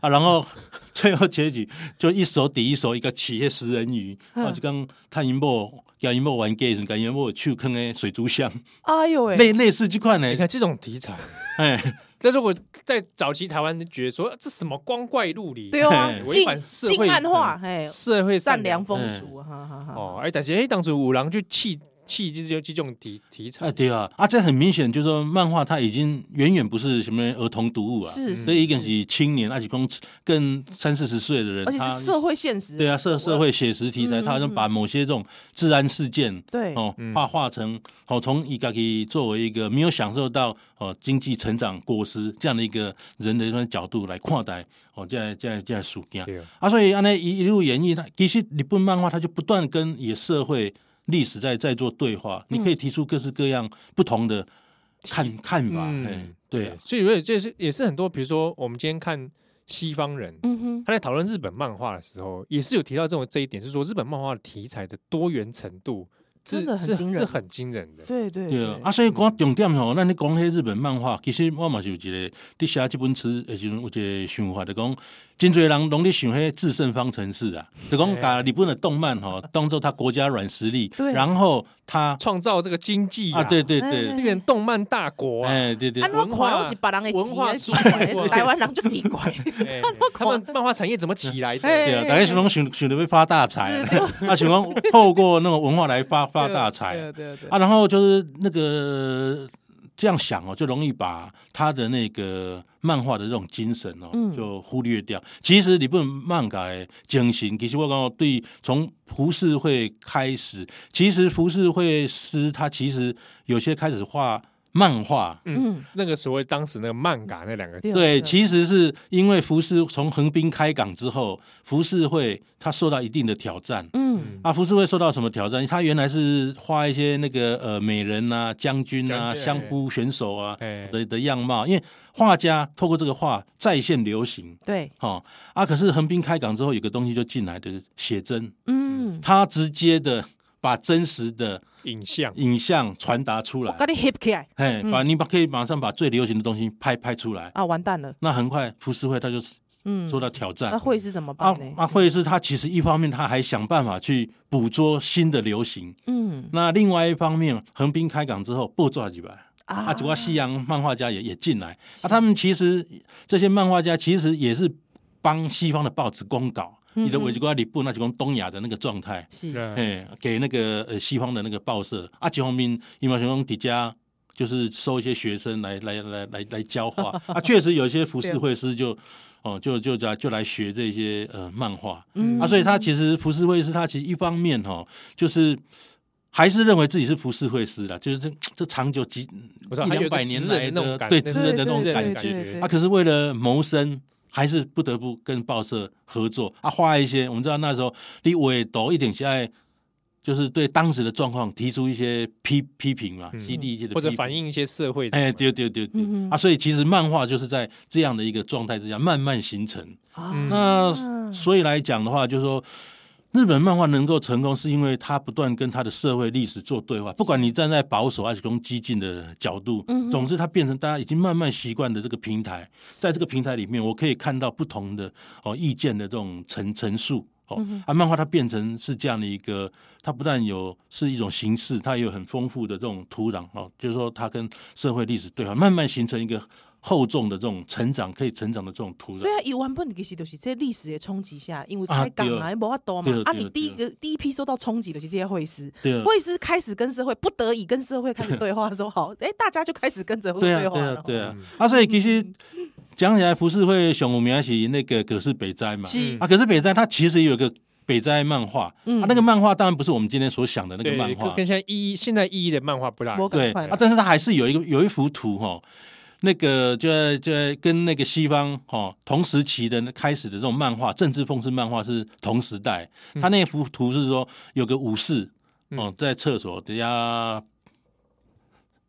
C: 啊，然后最后结局就一手抵一手，一个企业食人鱼，啊，就讲趁因某甲因某玩 gay 时候，甲因某手囥诶水族箱，
A: 哎呦喂，
C: 类类似即款
B: 你
C: 诶，
B: 看这种题材，
C: 哎。
B: 这如果在早期台湾，觉得说这什么光怪陆离，
A: 对啊
C: 嘿，
B: 违
A: 禁
B: 反社
A: 禁
B: 会
A: 漫画，
B: 嗯
A: 嘿，
B: 社会
A: 善良
B: 良
A: 风俗，哈哈哈。
B: 哦，哎，但是哎，当初五郎就弃弃这种这种题题材
C: 啊，，对啊，啊，这很明显就是说，漫画它已经远远不是什么儿童读物啊，
A: 是
C: 这一个是青年，而且更更三四十岁的人，
A: 而且
C: 他
A: 是社会现实，
C: 对啊，社社会写实题材，他好像把某些这种治安事件。
A: 对，
C: 哦，画画成哦，从伊家己作为一个没有享受到哦经济成长果实这样的一个人的一种角度来看待哦，这样这样这样事件
B: 对啊，
C: 啊，所以安尼一一路演绎，它其实日本漫画它就不断跟也社会历史在在做对话，你可以提出各式各样不同的看看法，
B: 嗯
C: 哎，对啊，
B: 所以我也这是也是很多，比如说我们今天看西方人，
A: 嗯哼，
B: 他在讨论日本漫画的时候，也是有提到这种这一点，就是说日本漫画的题材的多元程度是
A: 真的很
B: 是
A: 惊
B: 是
A: 人，
B: 很惊人的。
A: 对对
C: 对啊，啊，所以讲重点吼，咱咧讲迄日本漫画，其实我嘛是有一个，你写即本书诶时阵有一个想法，就讲真侪人拢咧想迄制胜方程式啊，就讲把日本的动漫吼当做他国家软实力
A: 对，
C: 然后他
B: 创造这个经济
C: 啊，对，对对，
A: 哎
B: 日本动漫大国啊，
C: 哎对对
A: 啊，
C: 对
A: 我看拢是别人的
B: 文化
A: 钱
B: 输
A: 在
B: 出啊
A: 台湾人就奇怪，
B: 哎他们漫画产业怎么起来的？
A: 哎
C: 对啊，大家是拢想想着要发大财
A: 是，
C: 啊，想讲透过那种文化来发发大财，
A: 对对对，
C: 啊，然后就是那个这样想哦，就容易把他的那个漫画的这种精神哦，
A: 嗯
C: 就忽略掉。其实你不能漫改精神，其实我刚刚对从浮世绘开始，其实浮世绘师他其实有些开始画漫画。
A: 嗯，
B: 那个所谓当时那个漫改那两个
A: 啊
B: 字，
C: 对，其实是因为浮世从横滨开港之后，浮世绘它受到一定的挑战，
A: 嗯
C: 啊，浮世绘受到什么挑战？他原来是画一些那个呃美人啊、将军
B: 将
C: 啊、
B: 军
C: 相扑选手啊
B: 哎，
C: 的的样貌，因为画家透过这个画再现流行。
A: 对，
C: 哦啊！可是横滨开港之后，有个东西就进来的写真，
A: 嗯，
C: 他直接的把真实的
B: 影像，
C: 影像传达出来
A: 我，跟你嗯 hip 起来
C: 嘿，把你把可以马上把最流行的东西拍拍出来。
A: 啊，完蛋了，
C: 那很快浮世绘他就
A: 嗯，
C: 受到挑战，
A: 那会是怎么
C: 啊
A: 办呢？
C: 啊！或者是他其实一方面他还想办法去捕捉新的流行，
A: 嗯
C: 那另外一方面，横滨开港之后，步骤几百啊，
A: 啊
C: 几个西洋漫画家也也进来啊，他们其实这些漫画家其实也是帮西方的报纸公稿，你的维吉瓜里布那就讲东亚的那个状态，
A: 是，
B: 嗯
C: 哎，给那个呃西方的那个报社啊，几方面因为熊底家。就是收一些学生来来来来来教画啊，确实有一些服饰会师就哦，就就来就来学这些呃漫画
A: 嗯
C: 啊，所以他其实浮世绘师，他其实一方面哈、哦，就是还是认为自己是浮世绘师啦，就是这这长久几
B: 我知道
C: 一
B: 还有
C: 两
B: 一
C: 百
B: 个
C: 年
B: 职
C: 来
B: 人那种
C: 的
B: 感，
C: 对
B: 那
C: 职人的那种
A: 对
C: 感
A: 对
C: 觉。
A: 对对
C: 啊，可是为了谋生，还是不得不跟报社合作啊，画一些。我们知道那时候你伪斗一点现在就是对当时的状况提出一些批批评嘛，
B: 嗯
C: 激励一些的
B: 或者
C: 批评
B: 反。映一些社会
C: 哎，对对对对
A: 嗯哼
C: 啊，所以其实漫画就是在这样的一个状态之下慢慢形成。
A: 啊
B: 嗯
C: 那所以来讲的话，就是说日本漫画能够成功，是因为它不断跟它的社会历史做对话。不管你站在保守还是从激进的角度，
A: 嗯
C: 总之它变成大家已经慢慢习惯的这个平台，在这个平台里面，我可以看到不同的哦意见的这种陈陈述。
A: 嗯
C: 哦，啊，漫画它变成是这样的一个，它不但有是一种形式，它也有很丰富的这种土壤哦，就是说它跟社会历史对话，慢慢形成一个厚重的这种成长可以成长的这种土壤
A: 所。以伊原本其实就是在历史的冲击下，因为
C: 啊
A: 开港啊，无法多嘛
C: 对。
A: 啊，
C: 对
A: 你第一个第一批受到冲击的就是这些会师，
C: 对啊，
A: 会师开始跟社会不得已跟社会开始对话，说好，哎，大家就开始跟着会
C: 对啊，
A: 话
C: 对
A: 了
C: 啊，。对啊
B: 嗯。
C: 啊，所以其实讲起来，浮世绘熊有名的是那个葛饰北斋嘛。
A: 是
C: 啊，葛饰北斋它其实有一个北斋漫画，
A: 嗯
C: 啊，那个漫画当然不是我们今天所想的那个漫
B: 对，
C: 画
B: 跟，跟现在意义现在意义的漫画不大一
A: 我
B: 样。
A: 赶
C: 对
A: 快
C: 啊，但是它还是有一个有一幅图哈、哦，那个就在就在跟那个西方哦同时期的那开始的这种漫画，政治风湿漫画是同时代。他那幅图是说有个武士哦在厕所等下。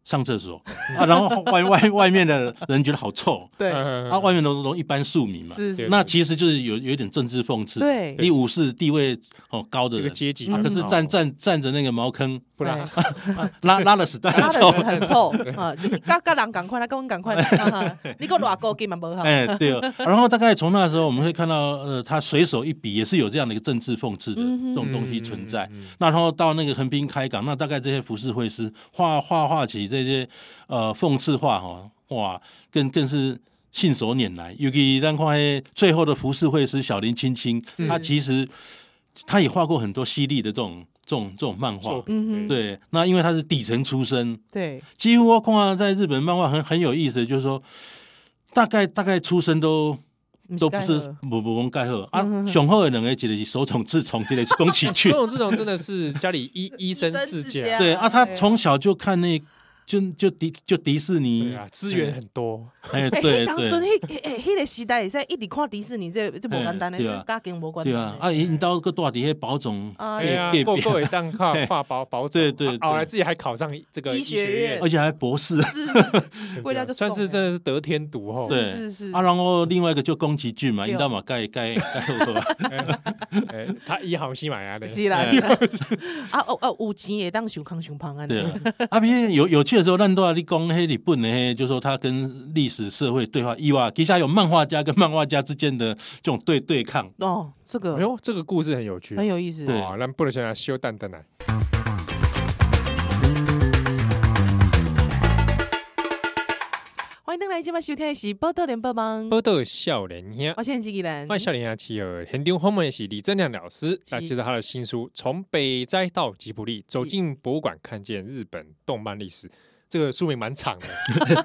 C: 上厕所啊，然后外外外面的人觉得好臭，
A: 对，
B: 嗯
C: 啊，外面都都一般庶民嘛，
A: 是
B: 对
A: 是，
C: 那其实就是有有一点政治讽刺，，
A: 对，
C: 你武士地位哦高的
B: 这个
C: 人，
B: 阶级
C: 啊，
A: 嗯
B: 的
C: 可是
B: 哦
C: 站站站着那个茅坑
B: 不大
A: 哎
C: 拉拉了屎蛋
A: 拉
C: 很
A: 的
C: 臭
A: 人，很臭 啊！你跟跟人赶快来，跟我们赶 快来，啊哈哈你给我偌高给嘛无好。
C: 哎，对 哦。然后大概从那时候我们会看到，呃，他随手一笔也是有这样的一个政治讽刺的
A: 嗯哼
C: 这种东西存在。
B: 嗯嗯嗯
C: 那然后到那个横滨开港，那大概这些浮世绘师画画画起这些呃讽刺画哈，哇，更更是信手拈来。尤其咱看那最后的浮世绘师小林青青
A: 是，
C: 他其实他也画过很多犀利的这种这种这种漫
B: 作
C: 画。
A: 嗯
B: 品
A: 哼
B: 对
C: 对，那因为他是底层出身，
A: 对，
C: 几乎我看到在日本漫画很很有意思的，就是说大概大概出身都都不是不不讲盖赫啊，雄厚的两个一个是手冢治虫，一个是宫崎 骏
B: 这。种这种真的是家里医医生世
A: 医生世
B: 家
A: 家。
C: 对啊，他从小就看那就就迪就迪士
B: 对
C: 尼，
B: 啊，资源很多，
A: 哎，
C: 哎，对
A: 当阵
C: 对
A: 迄迄迄个时代，会使一直看迪士尼，这这无简单
C: 哎对啊
A: 诶，甲经无关。
C: 对哦啊，啊，你到个大底下保总，
A: 啊
B: 哎呀
C: 对，
B: 够
C: 对
B: 够伟当跨跨保 保种
C: 对对
B: 啊
C: 对
B: 后来自己还考上这个
A: 医
B: 医
A: 学
B: 学
A: 院
B: 院
C: 而，且还博士啊，
A: 是贵了就
B: 算是真的是得天独厚。
C: 对啊
A: 是是是
C: 然后另外一个就宫崎骏嘛，
A: 对
C: 你知道嘛，盖盖盖我，
B: 哎他一好西买啊的，
A: 是 啦，是啦啊哦哦，有钱会当想康想胖啊，
C: 哎对啊，啊，毕竟有有趣的时候，咱都要你讲黑日本的黑，就说他跟历史社会对话，以外，底下有漫画家跟漫画家之间的这种对对抗，
A: 哦，这
B: 哎
A: 个
B: 呦，这个故事很有趣
A: 很。有意思。
C: 对
B: 哇，那不能想想修蛋蛋来。
A: 欢迎登来今晚收听的是《报道联播网》，
B: 波豆笑脸兄，
A: 我现在是纪兰，
B: 啊欢迎笑脸兄企鹅，很丢后面是李正亮老师，那介绍他的新书《从北斋到吉卜力：走进博物馆，看见日本动漫历史》。这个书名 蛮长的，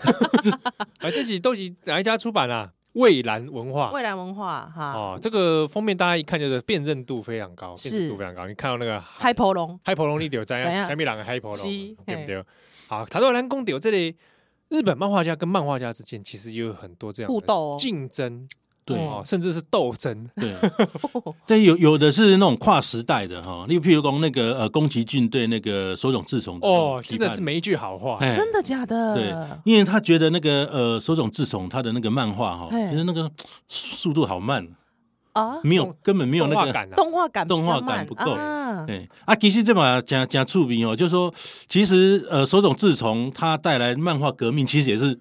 B: 啊，这是都是哪一家出版啊？蔚蓝文化。
A: 未来文化哈，
B: 哦，这个封面大家一看就是辨认度非常高，
A: 是
B: 辨认度非常高。你看到那个
A: 海波龙
B: 海婆龙，你就知
A: 知影
B: 道虾米人的海婆龙
A: 是
B: 对不对？好，他说咱讲到这里，日本漫画家跟漫画家之间其实也有很多这样的
A: 互斗哦
B: 竞争，
C: 对、
B: 哦，甚至是斗争。
C: 对，对，有有的是那种跨时代的哈，你譬如讲那个呃宫崎骏对那个手冢治虫
B: 哦，真的是没一句好话。
C: 哎
A: 真的假
C: 对
A: 的？
C: 因为他觉得那个呃手冢治虫他的那个漫画哈，
A: 嘿
C: 其实那个速度好慢，
A: 啊，
C: 没有
B: 动
C: 根本没有
B: 动
C: 那
B: 画
C: 个
B: 感啊，
A: 动画感比较
C: 嗯动画感
A: 慢
C: 不够
A: 啊，
C: 对啊，其实这把讲讲出名哦，就是说，其实呃，手冢治虫他带来漫画革命，其实也是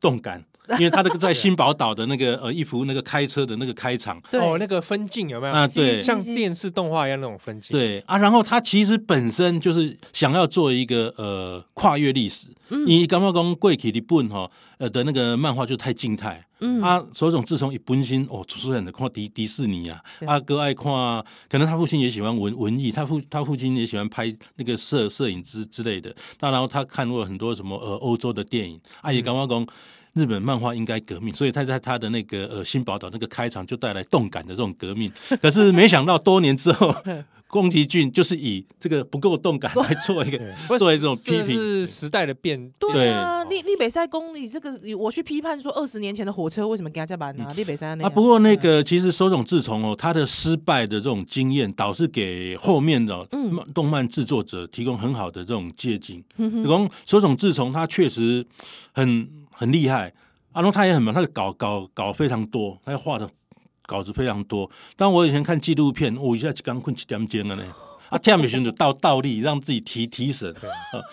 C: 动 感，因为他那个在新宝岛的那个呃一幅那个开车的那个开场，
A: 对
B: 哦，那个分镜有没有
C: 啊
B: 是
C: 对
B: 像
A: 是是
B: 电视动画一样那种分镜。
C: 对啊，然后他其实本身就是想要做一个呃跨越历史，
A: 嗯
C: 你刚刚讲贵体的本哈呃的那个漫画就太静态，
A: 嗯
C: 啊，手冢治虫一本身哦，出很的看迪迪士尼啊，
A: 对
C: 阿哥爱看，可能他父亲也喜欢文文艺，他父他父亲也喜欢拍那个摄摄影之之类的。那然后他看过很多什么呃欧洲的电影，啊也感觉讲日本漫画应该革命，所以他在他的那个呃新宝岛那个开场就带来动感的这种革命。可是没想到多年之后
A: 嗯，
C: 宫崎骏就是以这个不够动感来做一个
B: 不
C: 作为这种批
B: 这
C: 评
B: 是时代的变。
A: 对啊，立立北塞公，你这个你我去批判说二十年前的火车为什么给他加班啊？立北塞那
C: 啊。
A: 样嗯
C: 不过那个其实手冢治虫哦，他的失败的这种经验，导致给后面的、
A: 嗯
C: 漫动漫制作者提供很好的这种借鉴。
A: 嗯哼
C: 你讲手冢治虫，他确实很很厉害，阿龙他也很忙，他的稿稿稿非常多，他画的稿子非常多。但我以前看纪录片，哦我一下就刚困七点钟 了呢。啊，跳美选手倒倒立，让自己提提神。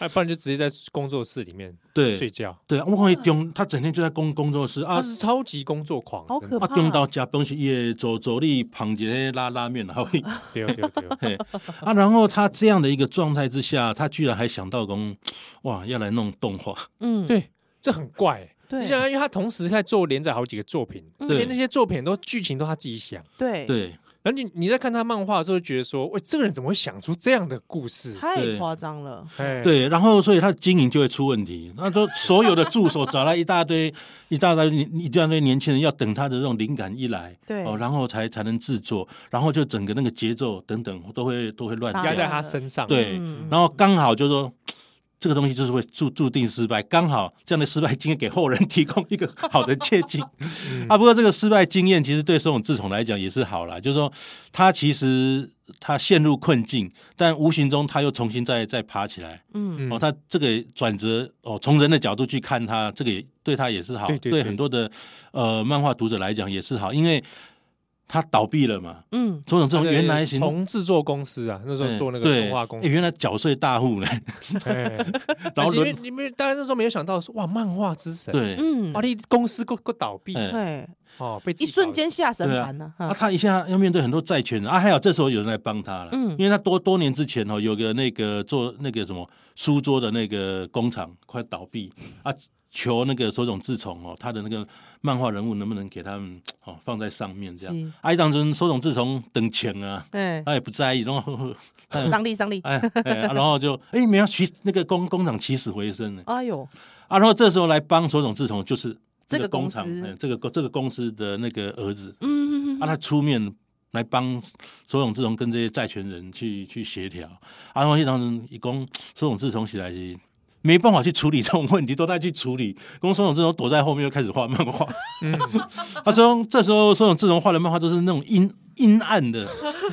B: 哎，不然就直接在工作室里面睡
C: 对
B: 觉。
C: 对，我会中，他整天就在工工作室啊
B: 他，是超级工作狂，
A: 好可
B: 怕！
A: 怕
C: 啊，中到加东西也走走力旁节拉拉面，然后会
B: 对对对，
C: 嘿啊，然后他这样的一个状态之下，他居然还想到讲，哇，要来弄动画，
A: 嗯，
B: 对，这很怪欸。
A: 对
B: 你想，因为他同时在做连载好几个作品，
A: 嗯
B: 而且那些作品都剧情都他自己想。
A: 对，
C: 对
B: 然后你你在看他漫画的时候，觉得说，喂，这个人怎么会想出这样的故事？
A: 太
C: 对
A: 夸张了。
B: 哎，
C: 对，然后所以他经营就会出问题。那说所有的助手找来一大堆一大堆一大堆年轻人，要等他的这种灵感一来，
A: 对
C: 哦，然后才才能制作，然后就整个那个节奏等等都会都会乱
A: 啊
B: 压
C: 掉
B: 在，他身上。
C: 对
A: 嗯
C: 然后刚好就说。这个东西就是会注注定失败，刚好这样的失败经验给后人提供一个好的借 鉴。啊，不过这个失败经验其实对手冢治虫来讲也是好啦，就是说他其实他陷入困境，但无形中他又重新再再爬起来。
A: 嗯，
B: 嗯
C: 哦，他这个转折哦，从人的角度去看他，这个也对他也是好，
B: 对对对
C: 很多的呃漫画读者来讲也是好，因为他倒闭了嘛。
A: 嗯，
C: 种种这
B: 他
C: 种
B: 的
C: 原来行
B: 啊从制作公司啊，那时候做那个动画公
C: 哎，
B: 司，
C: 原来缴税 大户呢，
B: 哎
C: 然
B: 但
C: 后
B: 是因为
C: 轮
B: 你们大家那时候没有想到说，哇，漫画之神，，
C: 对，哦
A: 嗯
B: 哇，，你公司够够倒闭
C: 哎
A: 对，
B: 哦，被自己
A: 一瞬间下神
C: 对啊
A: 盘呢，
C: 啊，
A: 哈
C: 他一下要面对很多债权人啊，还好这时候有人来帮他了，
A: 嗯
C: 因为他多多年之前哦，有个那个做那个什么书桌的那个工厂快倒闭啊，求那个手冢治虫哦，他的那个漫画人物能不能给他们哦放在上面这样。
A: 是，
C: 啊，当阵手冢治虫等钱啊，
A: 哎，
C: 他也不在意，然后
A: 上力上力，
C: 哎哎，啊然后就哎没有起那个工工厂起死回生呢
A: 哎 呦，
C: 啊，然后这时候来帮手冢治虫就是
A: 这个
C: 那工
A: 公司
C: 厂，哎这个这个公司的那个儿子，
A: 嗯，
C: 啊，他出面来帮手冢治虫跟这些债权人去去协调。啊，然后当时一共手冢治虫起来是没办法去处理这种问题，都在去处理。公手冢治虫躲在后面又开始画漫画。 他说这时候手冢治虫画的漫画都是那种阴阴暗的，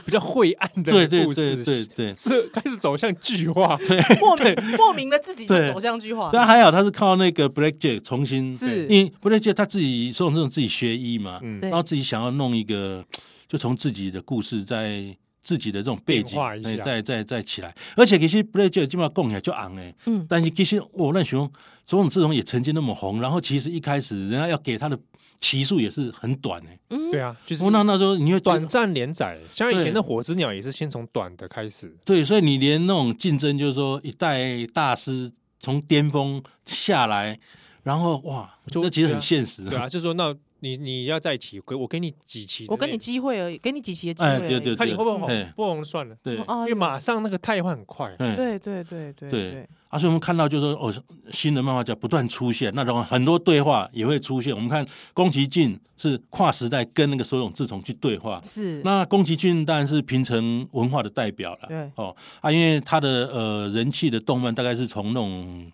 B: 比较晦暗的
C: 对对
B: 故事
C: 对对对
B: 是开始走向剧化，
A: 莫名莫名的自己就
C: 对啊
A: 走向句话，
C: 但还好他是靠那个 Black Jack 重新，
A: 哦是
C: 因为 Black Jack 他自己手冢治虫自己学医嘛，
B: 嗯
A: 对
C: 然后自己想要弄一个，就从自己的故事在自己的这种背景
B: 变化一下
C: 哎再再再起来。而且其实 b l a 基本上供起来就昂哎，
A: 嗯
C: 但是其实我那熊总统志荣也曾经那么红，然后其实一开始人家要给他的期数也是很短哎、
A: 嗯，
B: 对啊，就是
C: 我那那时候你会
B: 短暂连载，像以前
C: 对
B: 的火之鸟也是先从短的开始，
C: 对，所以你连那种竞争，就是说一代大师从巅峰下来，然后哇，
B: 就
C: 那其实
B: 对啊
C: 很现实。
B: 对啊，就说那你你要在一起，给我给你几期的那个，
A: 我给你机会而已，给你几期的机会
C: 哎
A: 而已，嗯
C: 对对
B: 看你会不会
C: 对
B: 红，不红就算了，
C: 对，
A: 哦
B: 因
A: 哎
B: 为
A: 呦
B: 马上那个太换很快，
C: 嗯，
A: 对对对对
C: 对
A: 对，
C: 啊，所以我们看到就是说，哦，新的漫画家不断出现，那种很多对话也会出现。我们看宫崎骏是跨时代跟那个手冢治虫去对话，
A: 是，
C: 那宫崎骏当然是平成文化的代表了。
A: 对
C: 哦啊，因为他的呃人气的动漫大概是从那种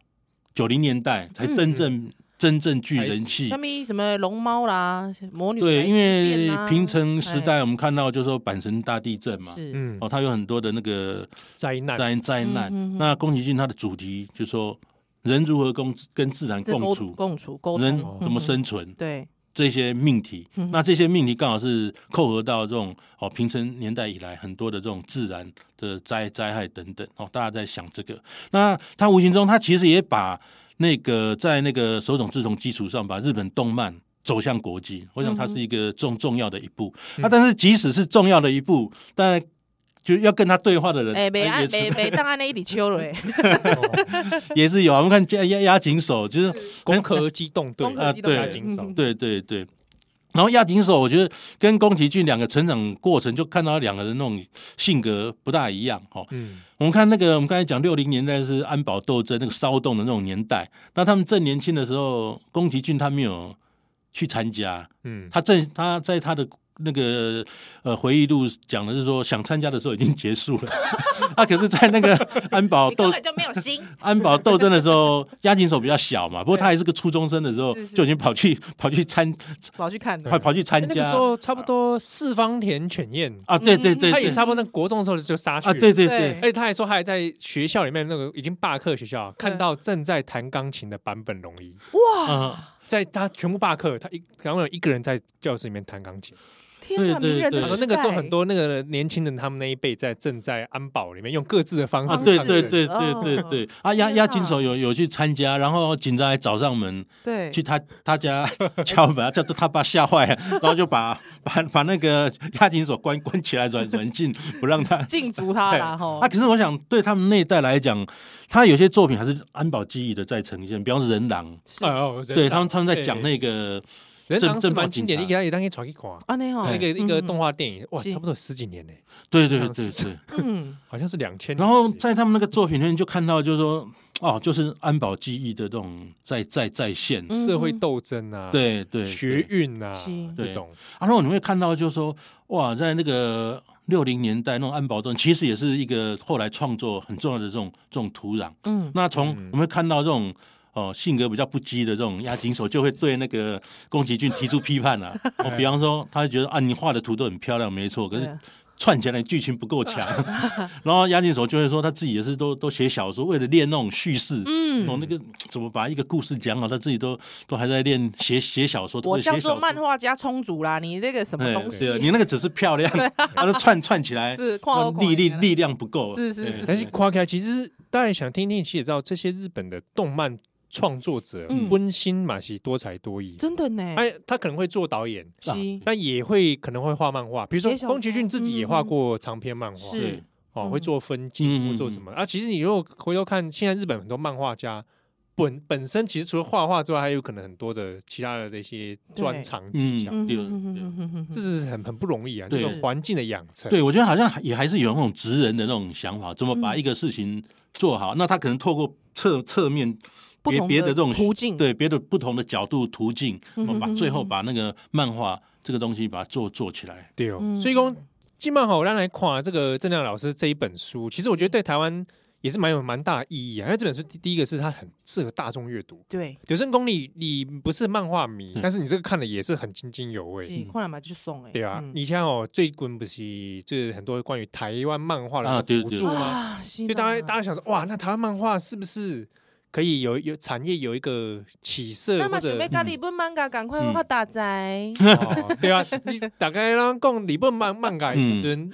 C: 九零年代才真
A: 嗯
C: 正、真正具人气
A: 下。面什么龙猫啦，魔女宅
C: 对，
A: 急
C: 因为
A: 便啊哎
C: 平成时代我们看到就是说阪神大地震嘛，
A: 是，
B: 嗯，
C: 哦，它有很多的那个
B: 灾难，
C: 灾灾难。
A: 嗯嗯嗯
C: 那宫崎骏他的主题就说人如何共跟自然
A: 这
C: 共
A: 沟
C: 处，
A: 共处沟
C: 人
A: 通
C: 怎么？
A: 嗯
C: 生存。
A: 对，
C: 这些命题
A: 嗯，
C: 那这些命题刚好是扣合到这种哦平成年代以来很多的这种自然的灾灾害等等哦，大家在想这个。那他无形中他其实也把那个在那个手冢治虫基础上，把日本动漫走向国际，我想它是一个重重要的一步。
A: 嗯
C: 那、但是即使是重要的一步，但就要跟他对话的人，
A: 哎，没
C: 呃
A: 按
C: 也
A: 没
C: 是
A: 没当安那一里秋了 欸，
C: 也是有啊。我们看押押押井守，就是
B: 攻壳机动队，
A: 攻壳
C: 啊
A: 机动
C: 对
B: 加紧手
A: 嗯
C: 对对对。然后亚锦手，我觉得跟宫崎骏两个成长过程，就看到两个人那种性格不大一样哦。
B: 嗯，
C: 我们看那个，我们刚才讲六零年代是安保斗争那个骚动的那种年代，那他们正年轻的时候，宫崎骏他没有去参加，
B: 嗯，
C: 他正他在他的那个呃回忆录讲的是说，想参加的时候已经结束了， 啊，可是，在那个安保
A: 你
C: 斗
A: 根本就没有 心，
C: 安保斗争的时候，押井守比较小嘛，不过他还是个初中生的时候，
A: 是是
C: 就已经跑去跑去参，
A: 我要去 看。
C: 跑跑去参
B: 哎那个
C: 加
B: 时候差不多四方田犬彦，
C: 啊，对对对，
B: 他也
C: 对
B: 差不多在国中的时候就杀去
C: 啊，对
B: 了。
A: 对
C: 对对，
B: 而且他还说，他还在学校里面那个已经罢课学校
A: 嗯
B: 看到正在弹钢琴的坂本龙一，
C: 啊，
B: 在他全部罢课，他一然后一个人在教室里面弹钢琴。
A: 天哪，
C: 对对
A: 迷人的
B: 他
C: 对
B: 说
A: 时
B: 那个时候
A: 代
B: 很多那个年轻人他们那一辈在正在安保里面用各自的方
C: 啊，
B: 式
C: 对
B: 唱歌，
C: 对对对对
A: 哦
C: 对，啊，押
A: 天
C: 押
A: 啊
C: 井守有有去参加，然后警察还找上门
A: 欸对
C: 去他 他家敲门，叫他爸吓坏了，然后就把把把那个押井守关关起来，软软禁，不让他
A: 禁足他 啦吼
B: 哦
C: 啊，，可是我想对他们那一代来讲，他有些作品还是安保记忆的在呈现，比方说人狼，
A: 是
B: 哎哦，
C: 对他们他们在讲
B: 个
C: 那个
B: 哎人
C: 正
B: 狼是
C: 正报
B: 蛮经典的，
C: 警察哎
B: 一个一个一传一款，
A: 啊那吼
B: 那个一个动
A: 画，
B: 画电影，哇，
A: 是
B: 差不多有十几年呢，
C: 对对
B: 好
C: 对
B: 像是
C: 对，
A: 嗯，
B: 好像是两千。
C: 然后在他们那个作品里面就看到，就是说哦，就是安保记忆的这种在在在线，
A: 嗯
B: 社会斗争啊，，
C: 对对
B: 学
C: 对
B: 运啊
A: 是
B: 这种，
C: 啊然后你会看到就是说哇，在那个。六零年代那种安保盾，其实也是一个后来创作很重要的这种这种土壤。
A: 嗯
C: 那从
B: 嗯
C: 我们会看到这种哦性格比较不羁的这种押井手，就会对那个宫崎骏提出批 判啊。哦，比方说，他觉得啊，你画的图都很漂亮，没错，可
A: 对
C: 是
A: 啊
C: 串起来的剧情不够强。
A: 嗯
C: 然后押井手就会说，他自己也是都都写小说，为了练那种叙事。
A: 嗯，
C: 哦，那个怎么把一个故事讲好？他自己都都还在练写写小说，
A: 我
C: 都在
A: 叫
C: 写
A: 做
C: 小
A: 漫
C: 说。
A: 画家充足啦，你那个什么
C: 哎
A: 东西啊
C: 对啊你那个只是漂亮，他都串串起来，
A: 是跨国
C: 力力力量不够。
A: 啊是是
C: 哎
A: 是
B: 但是夸开，其实大家想听听，其实也知道这些日本的动漫创作者
A: 嗯
B: 温馨嘛，其实多才多艺。
A: 真的呢，
B: 哎，他可能会做导演，
A: 是
C: 啊
B: 但也会可能会画漫画，比如
A: 写小
B: 说
A: 说嗯
B: 宫崎骏自己也画过长篇漫画，
A: 是
C: 对
B: 哦，
A: 嗯
B: 会做分
C: 嗯
B: 镜，
C: 嗯
B: 会做什么啊？其实你如果回头看，现在日本很多漫画家本本身其实除了画画之外，还有可能很多的其他的这些专长技巧，
C: 嗯对
A: 嗯
B: 这是很很不容易啊，这
C: 对
B: 种环境的养成。
C: 对，我觉得好像也还是有那种职人的那种想法，怎么把
A: 嗯
C: 一个事情做好？那他可能透过侧侧面
A: 不
C: 别
A: 同
C: 别的这种
A: 途径，
C: 对别的不同的角度途径，哦
A: 嗯
C: 我们把
A: 嗯
C: 最后
A: 嗯
C: 把那个漫画这个东西把它做做起来。
B: 对哦，
A: 嗯
B: 所以讲今晚好，让来看这个郑亮老师这一本书，其实我觉得对台湾也是蛮有蛮大的意义啊。因为这本书第第一个是它很适合大众阅读，
A: 对，
B: 《柳生公你你不是漫画迷，
C: 嗯
B: 但是你这个看了也是很津津有味。
A: 是看了嘛就送哎，
B: 对啊，
A: 嗯
B: 你像哦，最近不是就是很多关于台湾漫画的
C: 啊对
B: 补
C: 对
B: 助吗？
A: 啊，所
B: 所以大家大家想说，哇，那台湾漫画是不是可以有有产业有一个起色
A: 那
B: 或
A: 么想
B: 者
A: 要？跟日本漫画赶快发大财，
B: 哦对啊，你大概让讲日本漫漫改时阵，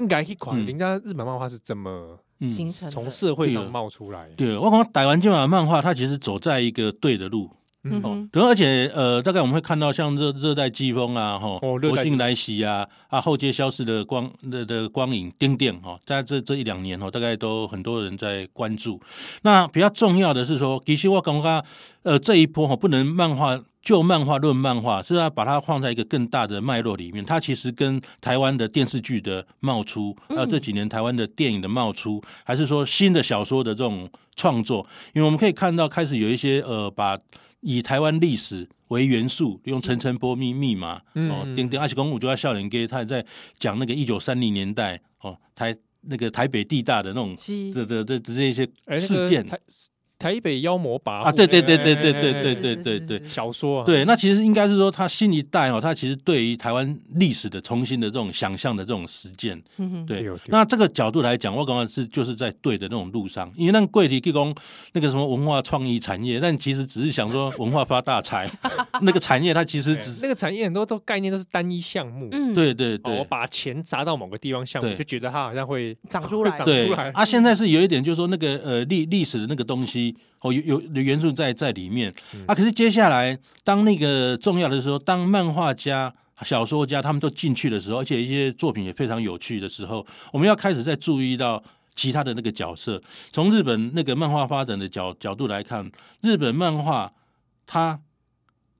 B: 应该去看
C: 嗯
B: 人家日本漫画是怎么
C: 嗯，
A: 形成
B: 从
A: 的
B: 社会
C: 对
B: 上
C: 啊
B: 冒出来。
C: 对，我感觉台湾今晚漫画它其实走在一个对的路，
A: 嗯
C: 哦
A: 哼，
C: 然后而且呃，大概我们会看到像热热带季风啊，哈、
B: 哦热带
C: 国
B: 季
C: 庆
B: 风
C: 来袭啊，啊，后街消失的光的的光影，丁丁哈，在这这一两年哦，大概都很多人在关注。那比较重要的是说，其实我感觉呃这一波哈、不能漫画。就漫画论漫画，是要把它放在一个更大的脉络里面。它其实跟台湾的电视剧的冒出，还有这几年台湾的电影的冒出，还是说新的小说的这种创作，因为我们可以看到开始有一些呃，把以台湾历史为元素，用层层波密密码
B: 嗯
C: 哦
B: 嗯，
C: 丁丁二十公五就在笑脸街，他也在讲那个一九三零年代哦台那个台北地大的那种
A: 是
C: 这这这这一些
B: 哎，那
C: 事
B: 个
C: 件
B: 台台北妖魔跋
C: 啊，
B: 扈
C: 对对
B: 那
C: 对
B: 个
C: 对
B: 哎
C: 对
B: 哎
C: 对
B: 哎
C: 对
B: 哎
C: 对对对。
B: 小说啊，
C: 对，那其实应该是说，他新一代哦，他其实对于台湾历史的重新的这种想象的这种实践，
A: 嗯哼，
C: 对
B: 对哦，对
C: 那这个角度来讲，我感觉是就是在对的那种路上，因为那个贵体提供那个什么文化创意产业，但其实只是想说文化发大 财，那个产业它其实只是
B: 那个产业很多都概念都是单一项目，
A: 嗯，
C: 对对
B: 哦我
C: 对
B: 把钱砸到某个地方项目，
C: 对
B: 就觉得它好像会
A: 长出来
B: 会长
C: 对
B: 出来
C: 啊，现在是有一点就是说那个呃历历史的那个东西哦有有有元素在在里面
B: 嗯
C: 啊，可是接下来当那个重要的时候，当漫画家。小说家他们都进去的时候，而且一些作品也非常有趣的时候，我们要开始在注意到其他的那个角色。从日本那个漫画发展的角角度来看，日本漫画它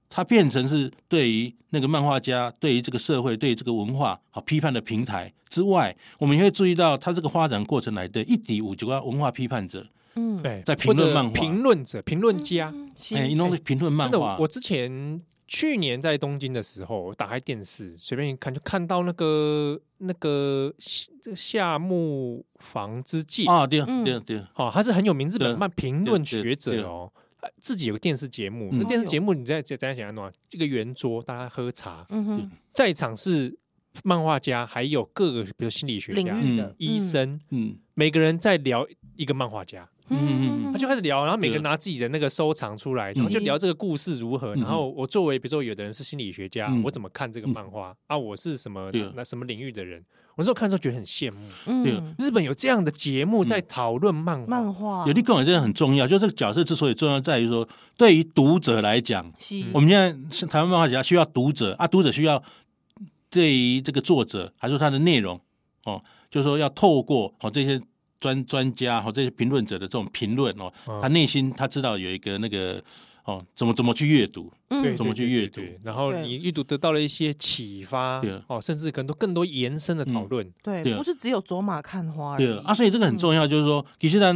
C: 它变成是对于那个漫画家、对于这个社会、对于这个文化好批判的平台之外，我们也会注意到它这个发展过程来的一底五九个文化批判者，
A: 嗯，
B: 对，
C: 在评论
B: 或者
C: 漫画
B: 评论者、评论家，
A: 是
C: 哎，弄的评论漫
B: 真的，
C: 画
B: 我，我之前去年在东京的时候，我打开电视随便一看，就看到那个那个西这个夏目房之介
C: 啊，对
A: 嗯
C: 对对，
B: 哦，他是很有名日本漫评论
C: 对
B: 学者
C: 对
B: 哦，呃自己有个电视节目，
C: 嗯
B: 那电视节目你在在在想要弄啊一个圆桌，大家喝茶，
A: 嗯哼，
B: 在场是漫画家，还有各个比如心理学
A: 领
B: 家、
A: 域的
B: 医，生，
C: 嗯
B: 每个人在聊一个漫画家，
C: 嗯嗯嗯
B: 他就开始聊，然后每个人拿自己的那个收藏出来，然后就聊这个故事如何。
C: 嗯
B: 然后我作为比如说有的人是心理学家，
C: 嗯
B: 我怎么看这个漫画啊？我是什么
C: 对
B: 那什么领域的人？我那时候看的时候觉得很羡慕，
A: 嗯
C: 对
A: 嗯
B: 日本有这样的节
C: 嗯
B: 目在讨论漫
A: 漫
B: 画，
A: 画
C: 有的讲真的很重要，就这个角色之所以重要，在于说对于读者来讲，
A: 是
C: 我们现在是台湾漫画家需要读者啊，读者需要对于这个作者还是他的内容哦，就是说要透过哦这些专专家和、哦、这些评论者的这种评论哦，
B: 嗯
C: 他内心他知道有一个那个哦怎么怎么去阅读，
A: 嗯
B: 对，
C: 怎么
B: 对
C: 去
B: 对
C: 阅
B: 对对
C: 读
B: 然后
A: 对
B: 你阅读得到了一些启发
C: 对，
B: 哦，甚至可能都更多延伸的讨论。
A: 对，
C: 对
A: 不是只有走马看花而已，
C: 对啊，所以这个很重要，就是说其实咱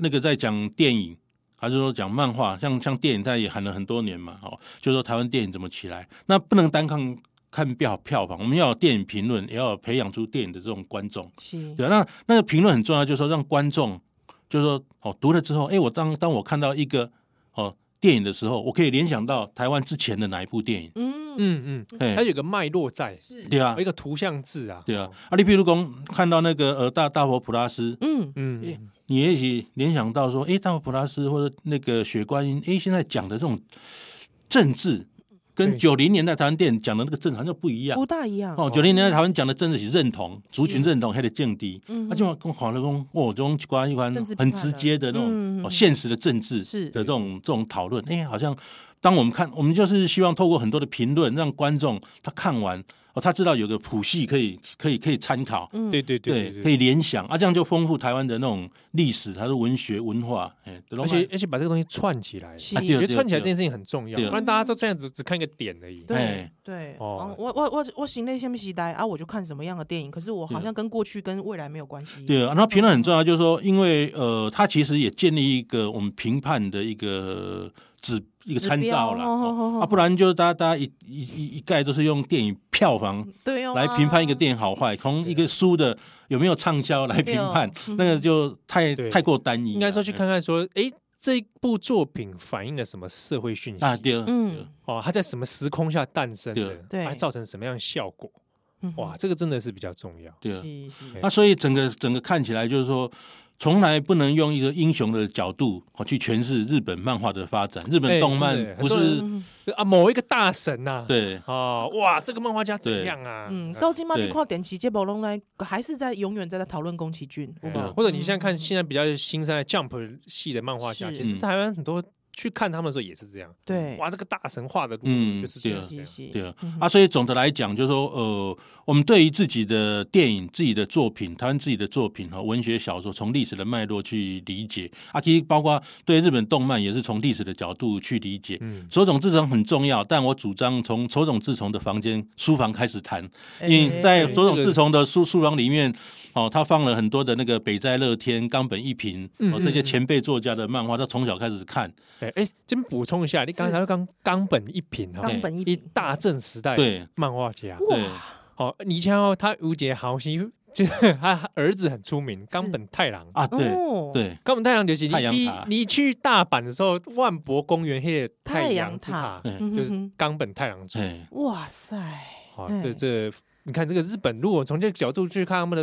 C: 那个在讲电影。还是说讲漫画，像像电影，它也喊了很多年嘛，哦，就是说台湾电影怎么起来，那不能单看看票票房，我们要有电影评论，也要有培养出电影的这种观众。
A: 是，
C: 对啊，那那个评论很重要，就是说让观众，就是说哦，读了之后，哎，我当当我看到一个哦电影的时候，我可以联想到台湾之前的哪一部电影，
A: 嗯，
B: 嗯嗯，
C: 哎
B: 它，有个脉络在，
A: 是，
C: 对啊
B: 有一，个图像字啊。
C: 对啊，啊，你譬如讲看到那个呃大大佛普拉斯，
A: 嗯，
B: 嗯
C: 哎，你也许联想到说，哎，大佛普拉斯或者那个雪观音，哎，现在讲的这种政治，跟
B: 对
C: 九零年代台湾电影讲的那个政治好像不一样
A: 不。大一样哦
C: 哦，九零年代台湾讲的政治是认同、族群认同，还得降低。
A: 嗯
C: 啊，就跟黄了公哦，这种一关一关
A: 政治批判
C: 很
A: 啊
C: 直接的
A: 嗯
C: 那种
A: 嗯
C: 哦，
A: 嗯
C: 现实的政治
A: 是
C: 的这种这种讨论，哎，好像当我们看，我们就是希望透过很多的评论，让观众他看完哦，他知道有个谱系可以可以可以参考，
A: 嗯
B: 对对对对
C: 可以联想啊，这样就丰富台湾的那种历史，它的文学文化，哎，
B: 而且而且把这个东西串起来，啊
A: 是啊
B: 我
C: 对
B: 觉得啊串起来这件事情很重要，
C: 对
B: 不然大家都这样子只看一个点而已。
A: 对啊
C: 哎
A: 对，
B: 哦
A: 哦，我我我我行内什么时代啊，我就看什么样的电影，可是我好
C: 对
A: 像跟过去跟未来没有关系。
C: 对，然后评论很重
B: 嗯
C: 要，就是说，因为呃，它其实也建立一个我们评判的一个指一个参照
A: 指
C: 啦。
A: 标哦哦哦
C: 哦啊，不然就大家大家一一一一概都是用电影票房
A: 对哦，
C: 来评判一个电影好坏，从一个书的有没有畅销来评判，那个就太
B: 哦嗯对
C: 太过单一了。
B: 应该说去看看说，诶，这部作品反映了什么社会讯息
C: 啊，对，
A: 嗯，
C: 嗯，
B: 哦，它在什么时空下诞生的
C: 对，
A: 对
B: 它造成什么样的效果？
A: 嗯，
B: 哇，这个真的是比较重要。
C: 对。啊
A: 是是，
C: 那所以整个整个看起来就是说，从来不能用一个英雄的角度哦去诠释日本漫画的发展。日
B: 哎
C: 本动漫
B: 真的耶
C: 不
A: 嗯
B: 很多
C: 是
B: 人啊，某一个大神呐，
C: 对
B: 哦，哇，这个漫画家怎样啊？
A: 嗯，
B: 啊
A: 到今嘛你
C: 对
A: 看电视节目拢来，还是在永远在在讨论宫崎骏，有
B: 对
A: 没
B: 啊
A: 有
B: 或者你现在看现在比较新生的 Jump 系的漫画家，
A: 是
B: 其实
C: 嗯
B: 台湾很多去看他们的时候也是这样。
A: 对，
B: 哇，这个大神画的路
C: 嗯
B: 就是这样
C: 对
B: 这
A: 是
B: 样。
A: 是，
C: 对啊
A: 嗯哼
C: 啊，所以总的来讲，就是说，呃，我们对于自己的电影、自己的作品、台湾自己的作品和文学小说，从历史的脉络去理解啊，其实包括对日本动漫也是从历史的角度去理解。
B: 嗯，
C: 手冢治虫很重要，但我主张从手冢治虫的房间书房开始谈，因为在
A: 哎
C: 手冢治虫的书书房里面，哦，他放了很多的那个北斋乐天、冈本一平哦
B: 嗯
C: 这些前辈作家的漫画，他从小开始看，
B: 对，哎，这边补充一下，你刚才刚冈本一品哈，
A: 冈本一
B: 一
A: 平
B: 大正时代
C: 对
B: 漫画家。
C: 对
B: 哦，你像哦，他无节豪西，这 他儿子很出名，冈本太郎。
C: 啊，对
A: 哦，
C: 对
B: 冈本太郎就是
C: 太阳
B: 你
C: 塔
B: 你去大阪的时候，万博公园那个太阳之塔
A: 太阳塔
C: 对
A: 嗯哼哼嗯
B: 就是冈本太郎做。
C: 对
A: 哇塞，
B: 好，
A: 哎
B: 这这你看这个日本，如果从这个角度去看他们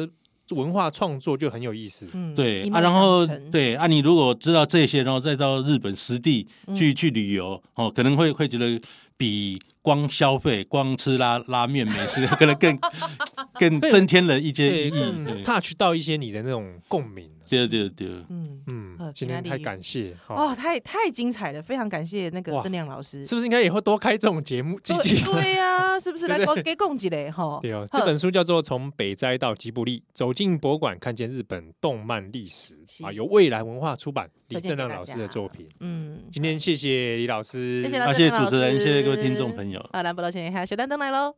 B: 的文化创作，就很有意思。
A: 嗯
C: 对
A: 一脉
C: 啊，然后
A: 相承
C: 对啊，你如果知道这些，然后再到日本实地
A: 嗯
C: 去、去旅游，哦，可能会会觉得比光消费、光吃拉拉面美食， 可能更 更增添了一些
B: 对，
C: 意义。
B: 更 touch 到一些你的那种共鸣。
C: 对对对对，
A: 嗯，
B: 嗯，
A: 很
B: 今天太感谢哦，
A: 哦，太太精彩了，非常感谢那个
B: 哇
A: 郑亮老师。
B: 是不是应该以后多开这种节目？几集
A: 对嗯对呀，是不是来给我给供给嘞？哈，
B: 对哦，
A: 好
B: 这本书叫做《从北斋到吉卜力：走进博物馆，看见日本动漫历史》啊，
A: 是
B: 由未来文化出版李
A: 推荐
B: 正
A: 给
B: 亮
A: 大
B: 老师
A: 家
B: 的作品。
A: 嗯，
B: 今天谢谢李老师，
A: 谢谢老
C: 啊，
A: 师，
C: 谢谢
A: 郑亮
C: 主持人，
A: 老师
C: 谢谢各位听众朋友。
A: 好，兰不道歉一下，小丹登来喽。